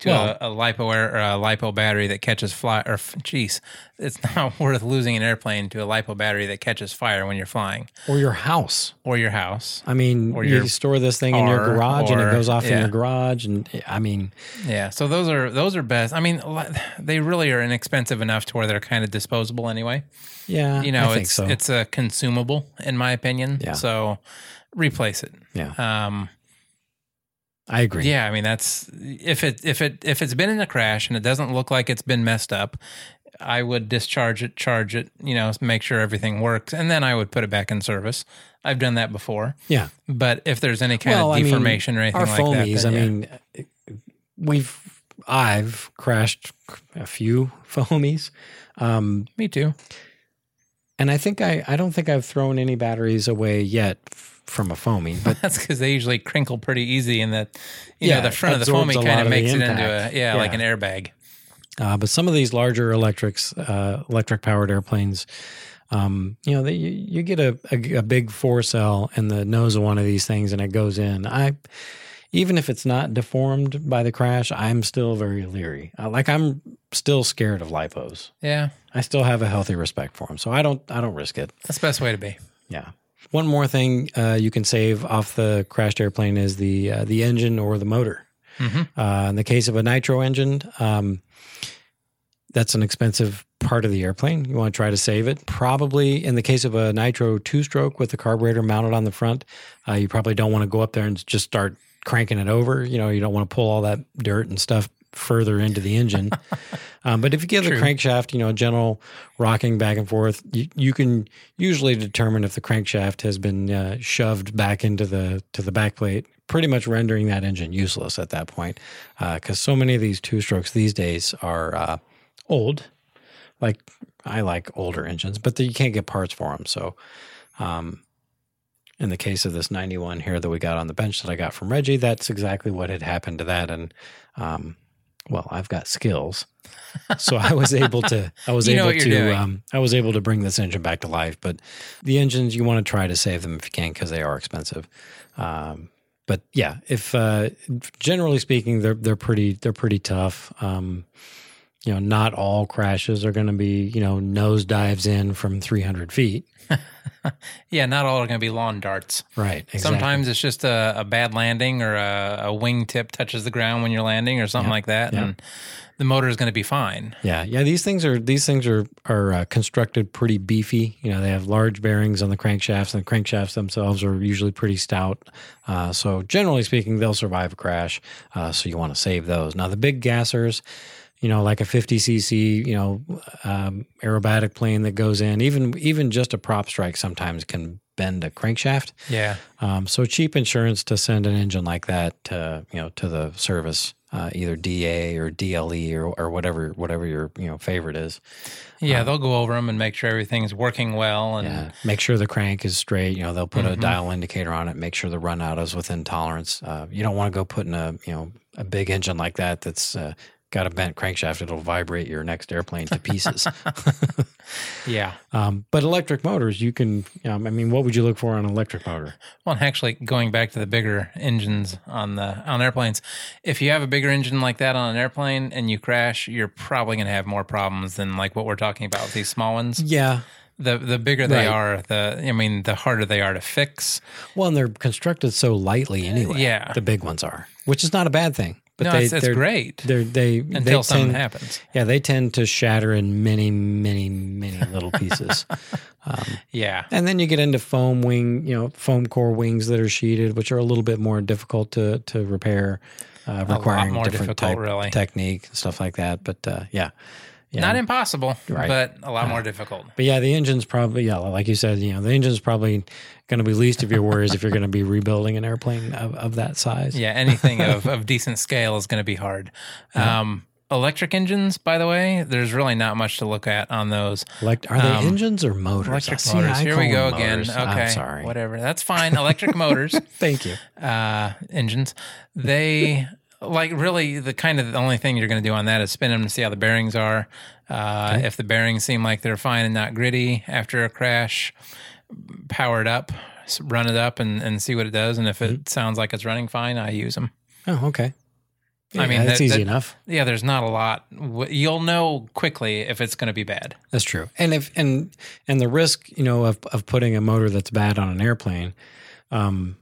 [SPEAKER 1] to
[SPEAKER 2] Well-
[SPEAKER 1] a, a lipo air or a lipo battery that catches fly or f- geez, it's not worth losing an airplane to a lipo battery that catches fire when you're flying
[SPEAKER 2] Or your house?
[SPEAKER 1] or your house.
[SPEAKER 2] I mean,
[SPEAKER 1] Or
[SPEAKER 2] you
[SPEAKER 1] your
[SPEAKER 2] store this thing in your
[SPEAKER 1] car
[SPEAKER 2] garage and
[SPEAKER 1] or-
[SPEAKER 2] it goes off in
[SPEAKER 1] yeah.
[SPEAKER 2] your garage, and I mean,
[SPEAKER 1] Yeah. So those are those are best. I mean, li- they really are inexpensive enough to where they're kind of disposable anyway.
[SPEAKER 2] yeah,
[SPEAKER 1] you know,
[SPEAKER 2] I think
[SPEAKER 1] it's
[SPEAKER 2] so.
[SPEAKER 1] it's a consumable in my opinion.
[SPEAKER 2] Yeah.
[SPEAKER 1] So replace it.
[SPEAKER 2] yeah,
[SPEAKER 1] Um,
[SPEAKER 2] I agree.
[SPEAKER 1] yeah, I mean that's if it if it if it's been in a crash and it doesn't look like it's been messed up, I would discharge it, charge it, you know, make sure everything works, and then I would put it back in service. I've done that before.
[SPEAKER 2] yeah.
[SPEAKER 1] But if there's any kind
[SPEAKER 2] Well, I
[SPEAKER 1] of
[SPEAKER 2] mean,
[SPEAKER 1] deformation or anything
[SPEAKER 2] our
[SPEAKER 1] like
[SPEAKER 2] foamies.
[SPEAKER 1] that, then yeah.
[SPEAKER 2] I mean, we've I've crashed a few foamies, um,
[SPEAKER 1] me too.
[SPEAKER 2] and I think I I don't think I've thrown any batteries away yet f- from a foamy, but
[SPEAKER 1] That's because they usually crinkle pretty easy, and that you
[SPEAKER 2] Yeah,
[SPEAKER 1] know the front of the foamy
[SPEAKER 2] absorbs a lot
[SPEAKER 1] kind
[SPEAKER 2] of
[SPEAKER 1] of
[SPEAKER 2] the
[SPEAKER 1] makes it into
[SPEAKER 2] impact.
[SPEAKER 1] a yeah, like
[SPEAKER 2] Yeah.
[SPEAKER 1] an airbag.
[SPEAKER 2] uh, but some of these larger electrics, uh, electric powered airplanes. Um, you know, they, you, you get a, a, a big four cell in the nose of one of these things and it goes in. I, even if it's not deformed by the crash, I'm still very leery. Uh, like I'm still scared of lipos.
[SPEAKER 1] Yeah,
[SPEAKER 2] I still have a healthy respect for them, so I don't I don't risk it.
[SPEAKER 1] that's the best way to be.
[SPEAKER 2] Yeah. One more thing uh, you can save off the crashed airplane is the uh, the engine or the motor.
[SPEAKER 1] Mhm.
[SPEAKER 2] Uh, in the case of a nitro engine, um, that's an expensive part of the airplane. You want to try to save it. Probably in the case of a nitro two stroke with the carburetor mounted on the front, uh, you probably don't want to go up there and just start cranking it over. You know, you don't want to pull all that dirt and stuff further into the engine. um, but if you give the
[SPEAKER 1] True.
[SPEAKER 2] crankshaft, you know, a gentle rocking back and forth, you, you can usually determine if the crankshaft has been uh, shoved back into the to the backplate, pretty much rendering that engine useless at that point. Because so many of these two strokes these days are uh, old. Like I like older engines, but you can't get parts for them. So, um, in the case of this 91 here that we got on the bench that I got from Reggie, that's exactly what had happened to that. And, um, well, I've got skills. So I was able to, I was
[SPEAKER 1] You know what
[SPEAKER 2] able
[SPEAKER 1] you're
[SPEAKER 2] to,
[SPEAKER 1] doing.
[SPEAKER 2] um, I was able to bring this engine back to life. But the engines, you want to try to save them if you can, because they are expensive. Um, but yeah, if uh, generally speaking, they're they're pretty they're pretty tough. Um, you know, not all crashes are going to be you know nose dives in from 300 feet.
[SPEAKER 1] Yeah, not all are going to be lawn darts.
[SPEAKER 2] Right. Exactly.
[SPEAKER 1] Sometimes it's just a, a bad landing or a, a wingtip touches the ground when you're landing or something
[SPEAKER 2] Yeah,
[SPEAKER 1] like that,
[SPEAKER 2] yeah.
[SPEAKER 1] and the motor is going to be fine.
[SPEAKER 2] Yeah, yeah. These things are these things are are uh, constructed pretty beefy. You know, they have large bearings on the crankshafts, and the crankshafts themselves are usually pretty stout. Uh, so, generally speaking, they'll survive a crash. Uh, so, you want to save those. Now, the big gassers, you know, like a 50cc, you know, um, aerobatic plane that goes in, even even just a prop strike sometimes can bend a crankshaft.
[SPEAKER 1] Yeah,
[SPEAKER 2] Um, so cheap insurance to send an engine like that to you know to the service, uh, either DA or DLE or, or whatever whatever your you know favorite is. Uh,
[SPEAKER 1] yeah, they'll go over them and make sure everything's working well. And yeah,
[SPEAKER 2] Make sure the crank is straight. You know they'll put a
[SPEAKER 1] Mhm.
[SPEAKER 2] dial indicator on it. Make sure the run out is within tolerance. Uh, you don't want to go putting a you know a big engine like that that's uh, got a bent crankshaft. It'll vibrate your next airplane to pieces. um, but electric motors, you can. Um, I mean, what would you look for on an electric motor?
[SPEAKER 1] well, and actually, going back to the bigger engines on the on airplanes, if you have a bigger engine like that on an airplane and you crash, you're probably going to have more problems than like what we're talking about with these small ones.
[SPEAKER 2] Yeah,
[SPEAKER 1] The the bigger they
[SPEAKER 2] Right.
[SPEAKER 1] are, the I mean, the harder they are to fix.
[SPEAKER 2] Well, and they're constructed so lightly anyway.
[SPEAKER 1] Uh, yeah.
[SPEAKER 2] the big ones are, which is not a bad thing. But
[SPEAKER 1] no,
[SPEAKER 2] they,
[SPEAKER 1] it's, it's
[SPEAKER 2] they're,
[SPEAKER 1] great
[SPEAKER 2] They're, they they
[SPEAKER 1] until something
[SPEAKER 2] tend,
[SPEAKER 1] happens.
[SPEAKER 2] Yeah, they tend to shatter in many, many, many little pieces.
[SPEAKER 1] Yeah.
[SPEAKER 2] and then you get into foam wing, you know, foam core wings that are sheeted, which are a little bit more difficult to to repair. uh, requiring
[SPEAKER 1] more
[SPEAKER 2] different
[SPEAKER 1] difficult,
[SPEAKER 2] type,
[SPEAKER 1] really.
[SPEAKER 2] technique and stuff like that. But uh, yeah, yeah.
[SPEAKER 1] Not impossible,
[SPEAKER 2] Right.
[SPEAKER 1] but a lot more difficult.
[SPEAKER 2] But yeah, the engine's probably yeah, like you said, you know, the engine's probably going to be least of your worries if you're going to be rebuilding an airplane of, of that size.
[SPEAKER 1] Yeah, anything of, of decent scale is going to be hard. Um, electric engines, by the way, there's really not much to look at on those.
[SPEAKER 2] Like, are they
[SPEAKER 1] Um,
[SPEAKER 2] engines or motors?
[SPEAKER 1] Electric
[SPEAKER 2] See,
[SPEAKER 1] motors.
[SPEAKER 2] I
[SPEAKER 1] Here we
[SPEAKER 2] call
[SPEAKER 1] go
[SPEAKER 2] them
[SPEAKER 1] again.
[SPEAKER 2] motors.
[SPEAKER 1] Okay,
[SPEAKER 2] I'm sorry.
[SPEAKER 1] whatever. That's fine. Electric motors,
[SPEAKER 2] Thank you.
[SPEAKER 1] uh, engines. They like really the kind of the only thing you're going to do on that is spin them to see how the bearings are. Uh, If the bearings seem like they're fine and not gritty after a crash, power it up, s- run it up, and, and see what it does. And if
[SPEAKER 2] Mm-hmm.
[SPEAKER 1] it sounds like it's running fine, I use them.
[SPEAKER 2] Oh, okay.
[SPEAKER 1] I mean,
[SPEAKER 2] that's
[SPEAKER 1] that-
[SPEAKER 2] easy
[SPEAKER 1] that-
[SPEAKER 2] enough.
[SPEAKER 1] Yeah, there's not a lot. W- You'll know quickly if it's going to be bad.
[SPEAKER 2] That's true. And if and and the risk, you know, of of putting a motor that's bad on an airplane, um,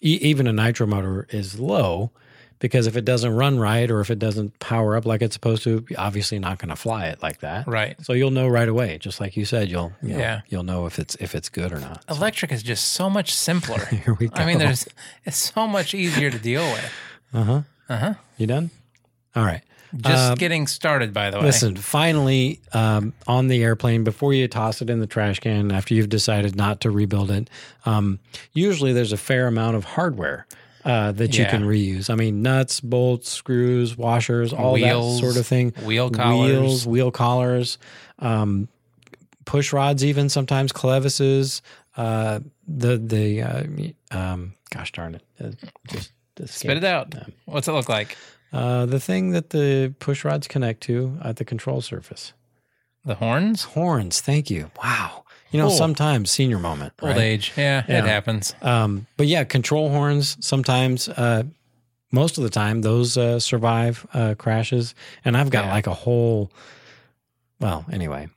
[SPEAKER 2] e- even a nitro motor is low because if it doesn't run right or if it doesn't power up like it's supposed to, you're obviously not going to fly it like that.
[SPEAKER 1] Right.
[SPEAKER 2] So you'll know right away, just like you said, you'll you know,
[SPEAKER 1] Yeah.
[SPEAKER 2] you'll know if it's if it's good or not. So
[SPEAKER 1] Electric is just so much simpler.
[SPEAKER 2] here we go.
[SPEAKER 1] I mean, there's it's so much easier to deal with.
[SPEAKER 2] uh huh.
[SPEAKER 1] Uh huh.
[SPEAKER 2] You done? All right.
[SPEAKER 1] Just
[SPEAKER 2] Um,
[SPEAKER 1] getting started, by the way.
[SPEAKER 2] Listen, finally, um, on the airplane, before you toss it in the trash can, after you've decided not to rebuild it, um, usually there's a fair amount of hardware uh, that you
[SPEAKER 1] Yeah.
[SPEAKER 2] can reuse. I mean, nuts, bolts, screws, washers, all
[SPEAKER 1] Wheels,
[SPEAKER 2] that sort of thing.
[SPEAKER 1] wheel collars.
[SPEAKER 2] Wheels, wheel collars, um, push rods, even sometimes clevises. Uh, the, the, uh, um, gosh darn it. Uh, just, just
[SPEAKER 1] Spit it out. What's it look like?
[SPEAKER 2] Uh, the thing that the push rods connect to at the control surface.
[SPEAKER 1] The horns?
[SPEAKER 2] Horns. Thank you. Wow. You know,
[SPEAKER 1] Cool.
[SPEAKER 2] sometimes senior moment,
[SPEAKER 1] Old
[SPEAKER 2] right?
[SPEAKER 1] age. Yeah,
[SPEAKER 2] Yeah.
[SPEAKER 1] it happens.
[SPEAKER 2] Um, but yeah, control horns. Sometimes, uh, most of the time, those uh, survive uh, crashes. And I've got
[SPEAKER 1] Yeah.
[SPEAKER 2] like a whole. Well, anyway,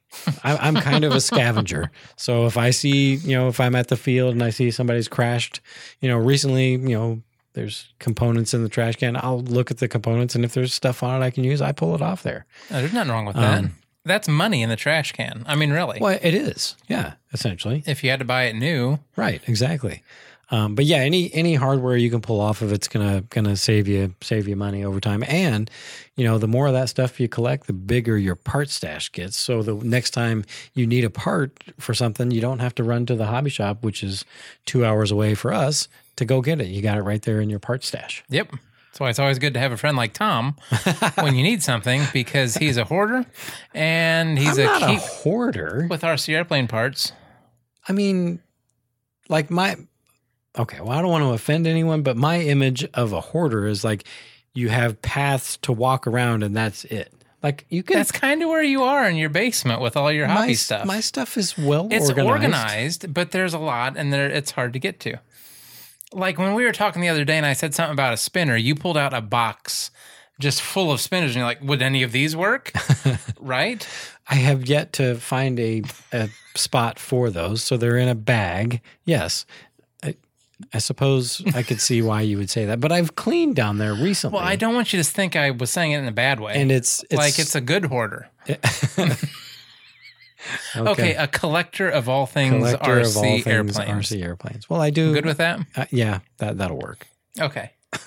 [SPEAKER 2] I, I'm kind of a scavenger. So if I see, you know, if I'm at the field and I see somebody's crashed, you know, recently, you know. There's components in the trash can. I'll look at the components, and if there's stuff on it I can use, I pull it off there.
[SPEAKER 1] No, Uh, there's nothing wrong with that.
[SPEAKER 2] Um,
[SPEAKER 1] That's money in the trash can. I mean, really.
[SPEAKER 2] Well, it is, yeah, essentially.
[SPEAKER 1] If you had to buy it new,
[SPEAKER 2] Right, exactly. Um, but yeah, any any hardware you can pull off of it's gonna gonna save you save you money over time. And you know, the more of that stuff you collect, the bigger your part stash gets. So the next time you need a part for something, you don't have to run to the hobby shop, which is two hours away for us, to go get it. You got it right there in your part stash.
[SPEAKER 1] Yep. That's why it's always good to have a friend like Tom when you need something because he's a hoarder and he's a
[SPEAKER 2] I'm not a
[SPEAKER 1] keep
[SPEAKER 2] hoarder.
[SPEAKER 1] with RC airplane parts.
[SPEAKER 2] I mean, like my okay, well, I don't want to offend anyone, but my image of a hoarder is like you have paths to walk around and that's it. Like you can
[SPEAKER 1] That's kind of where you are in your basement with all your hobby
[SPEAKER 2] my
[SPEAKER 1] stuff.
[SPEAKER 2] My stuff is well
[SPEAKER 1] it's
[SPEAKER 2] organized.
[SPEAKER 1] organized, but there's a lot and there it's hard to get to. Like when we were talking the other day and I said something about a spinner, you pulled out a box just full of spinners and you're like, would any of these work? right?
[SPEAKER 2] I have yet to find a, a spot for those, so they're in a bag. Yes. I, I suppose I could see why you would say that, but I've cleaned down there recently.
[SPEAKER 1] Well, I don't want you to think I was saying it in a bad way.
[SPEAKER 2] and it's, it's
[SPEAKER 1] like it's a good hoarder. Okay, a collector of all things RC
[SPEAKER 2] collector of all things
[SPEAKER 1] airplanes.
[SPEAKER 2] RC airplanes. Well, I do
[SPEAKER 1] Good with that?
[SPEAKER 2] Uh, yeah, that that'll work.
[SPEAKER 1] Okay.
[SPEAKER 2] I,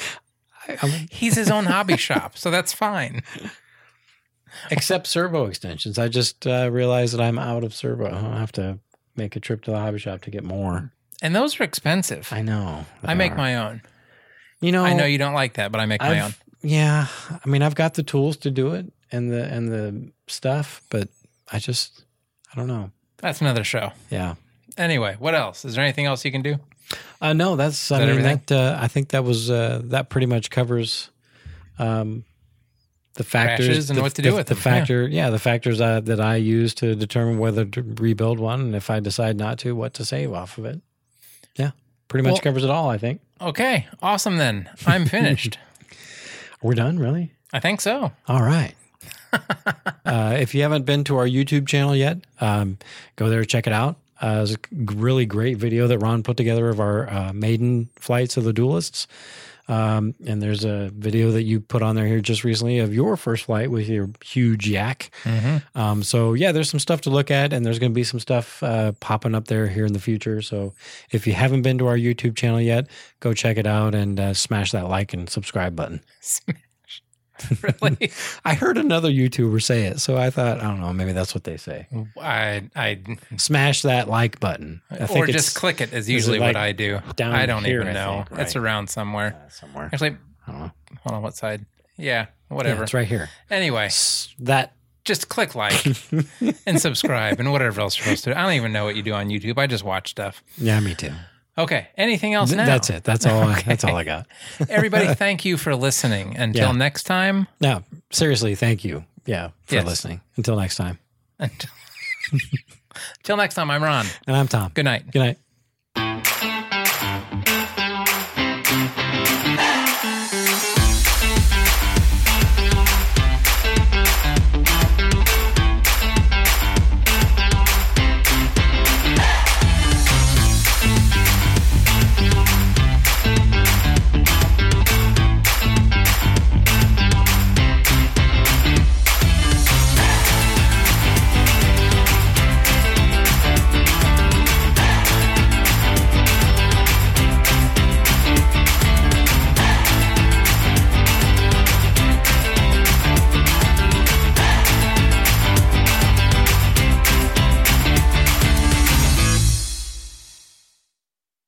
[SPEAKER 2] I'm-
[SPEAKER 1] He's his own hobby shop, so that's fine.
[SPEAKER 2] except servo extensions. I just uh, realized that I'm out of servo. I'll have to make a trip to the hobby shop to get more.
[SPEAKER 1] And those are expensive. I,
[SPEAKER 2] I know. they
[SPEAKER 1] make
[SPEAKER 2] are.
[SPEAKER 1] my own.
[SPEAKER 2] You know.
[SPEAKER 1] I know you don't like that, but I make my
[SPEAKER 2] I've-
[SPEAKER 1] own.
[SPEAKER 2] Yeah, I mean, I've got the tools to do it and the and the stuff, but I just I don't know.
[SPEAKER 1] That's another show.
[SPEAKER 2] Yeah.
[SPEAKER 1] Anyway, what else? Is there anything else you can do?
[SPEAKER 2] Uh, no, that's I
[SPEAKER 1] that
[SPEAKER 2] mean
[SPEAKER 1] everything?
[SPEAKER 2] that uh, I think that was uh, that pretty much covers um, the factors
[SPEAKER 1] Crashes and
[SPEAKER 2] the,
[SPEAKER 1] what to do
[SPEAKER 2] the-
[SPEAKER 1] with
[SPEAKER 2] the
[SPEAKER 1] them, yeah.
[SPEAKER 2] factor. Yeah, the factors I, that I use to determine whether to rebuild one, and if I decide not to, what to save off of it. Yeah, pretty much
[SPEAKER 1] Well-
[SPEAKER 2] covers it all. I think
[SPEAKER 1] Okay, awesome then. I'm finished.
[SPEAKER 2] we're done. Really.
[SPEAKER 1] I think so.
[SPEAKER 2] All right. uh, if you haven't been to our YouTube channel yet, um, go there, check it out. Uh, it's a g- really great video that Ron put together of our uh, maiden flights of the duelists. Um, and there's a video that you put on there here just recently of your first flight with your huge yak.
[SPEAKER 1] Mm-hmm.
[SPEAKER 2] Um, so yeah, there's some stuff to look at, and there's going to be some stuff uh, popping up there here in the future. So if you haven't been to our YouTube channel yet, go check it out and uh, smash that like and subscribe button.
[SPEAKER 1] Really?
[SPEAKER 2] I heard another YouTuber say it, so I thought I don't know, maybe that's what they say.
[SPEAKER 1] I, I,
[SPEAKER 2] Smash that like button. I think
[SPEAKER 1] or
[SPEAKER 2] it's
[SPEAKER 1] just click it is
[SPEAKER 2] it
[SPEAKER 1] usually
[SPEAKER 2] like
[SPEAKER 1] what I do.
[SPEAKER 2] down
[SPEAKER 1] I don't
[SPEAKER 2] here,
[SPEAKER 1] even
[SPEAKER 2] I
[SPEAKER 1] know.
[SPEAKER 2] think,
[SPEAKER 1] It's
[SPEAKER 2] right?
[SPEAKER 1] around somewhere.
[SPEAKER 2] uh, somewhere.
[SPEAKER 1] Actually,
[SPEAKER 2] I don't know.
[SPEAKER 1] hold on, what side? Yeah,
[SPEAKER 2] Yeah,
[SPEAKER 1] whatever.
[SPEAKER 2] it's right here.
[SPEAKER 1] Anyway,
[SPEAKER 2] S- That
[SPEAKER 1] just click like and subscribe and whatever else you're supposed to do. I don't even know what you do on YouTube. I just watch stuff.
[SPEAKER 2] yeah, me too.
[SPEAKER 1] Okay. Anything else
[SPEAKER 2] Th-
[SPEAKER 1] now?
[SPEAKER 2] That's it. That's all. I
[SPEAKER 1] Okay.
[SPEAKER 2] That's all I got.
[SPEAKER 1] Everybody, thank you for listening. Until
[SPEAKER 2] Yeah.
[SPEAKER 1] next time.
[SPEAKER 2] No, seriously, thank you. Yeah, for
[SPEAKER 1] Yes.
[SPEAKER 2] listening. Until next time.
[SPEAKER 1] Until, until next time, I'm Ron.
[SPEAKER 2] And I'm Tom.
[SPEAKER 1] Good night.
[SPEAKER 2] Good night.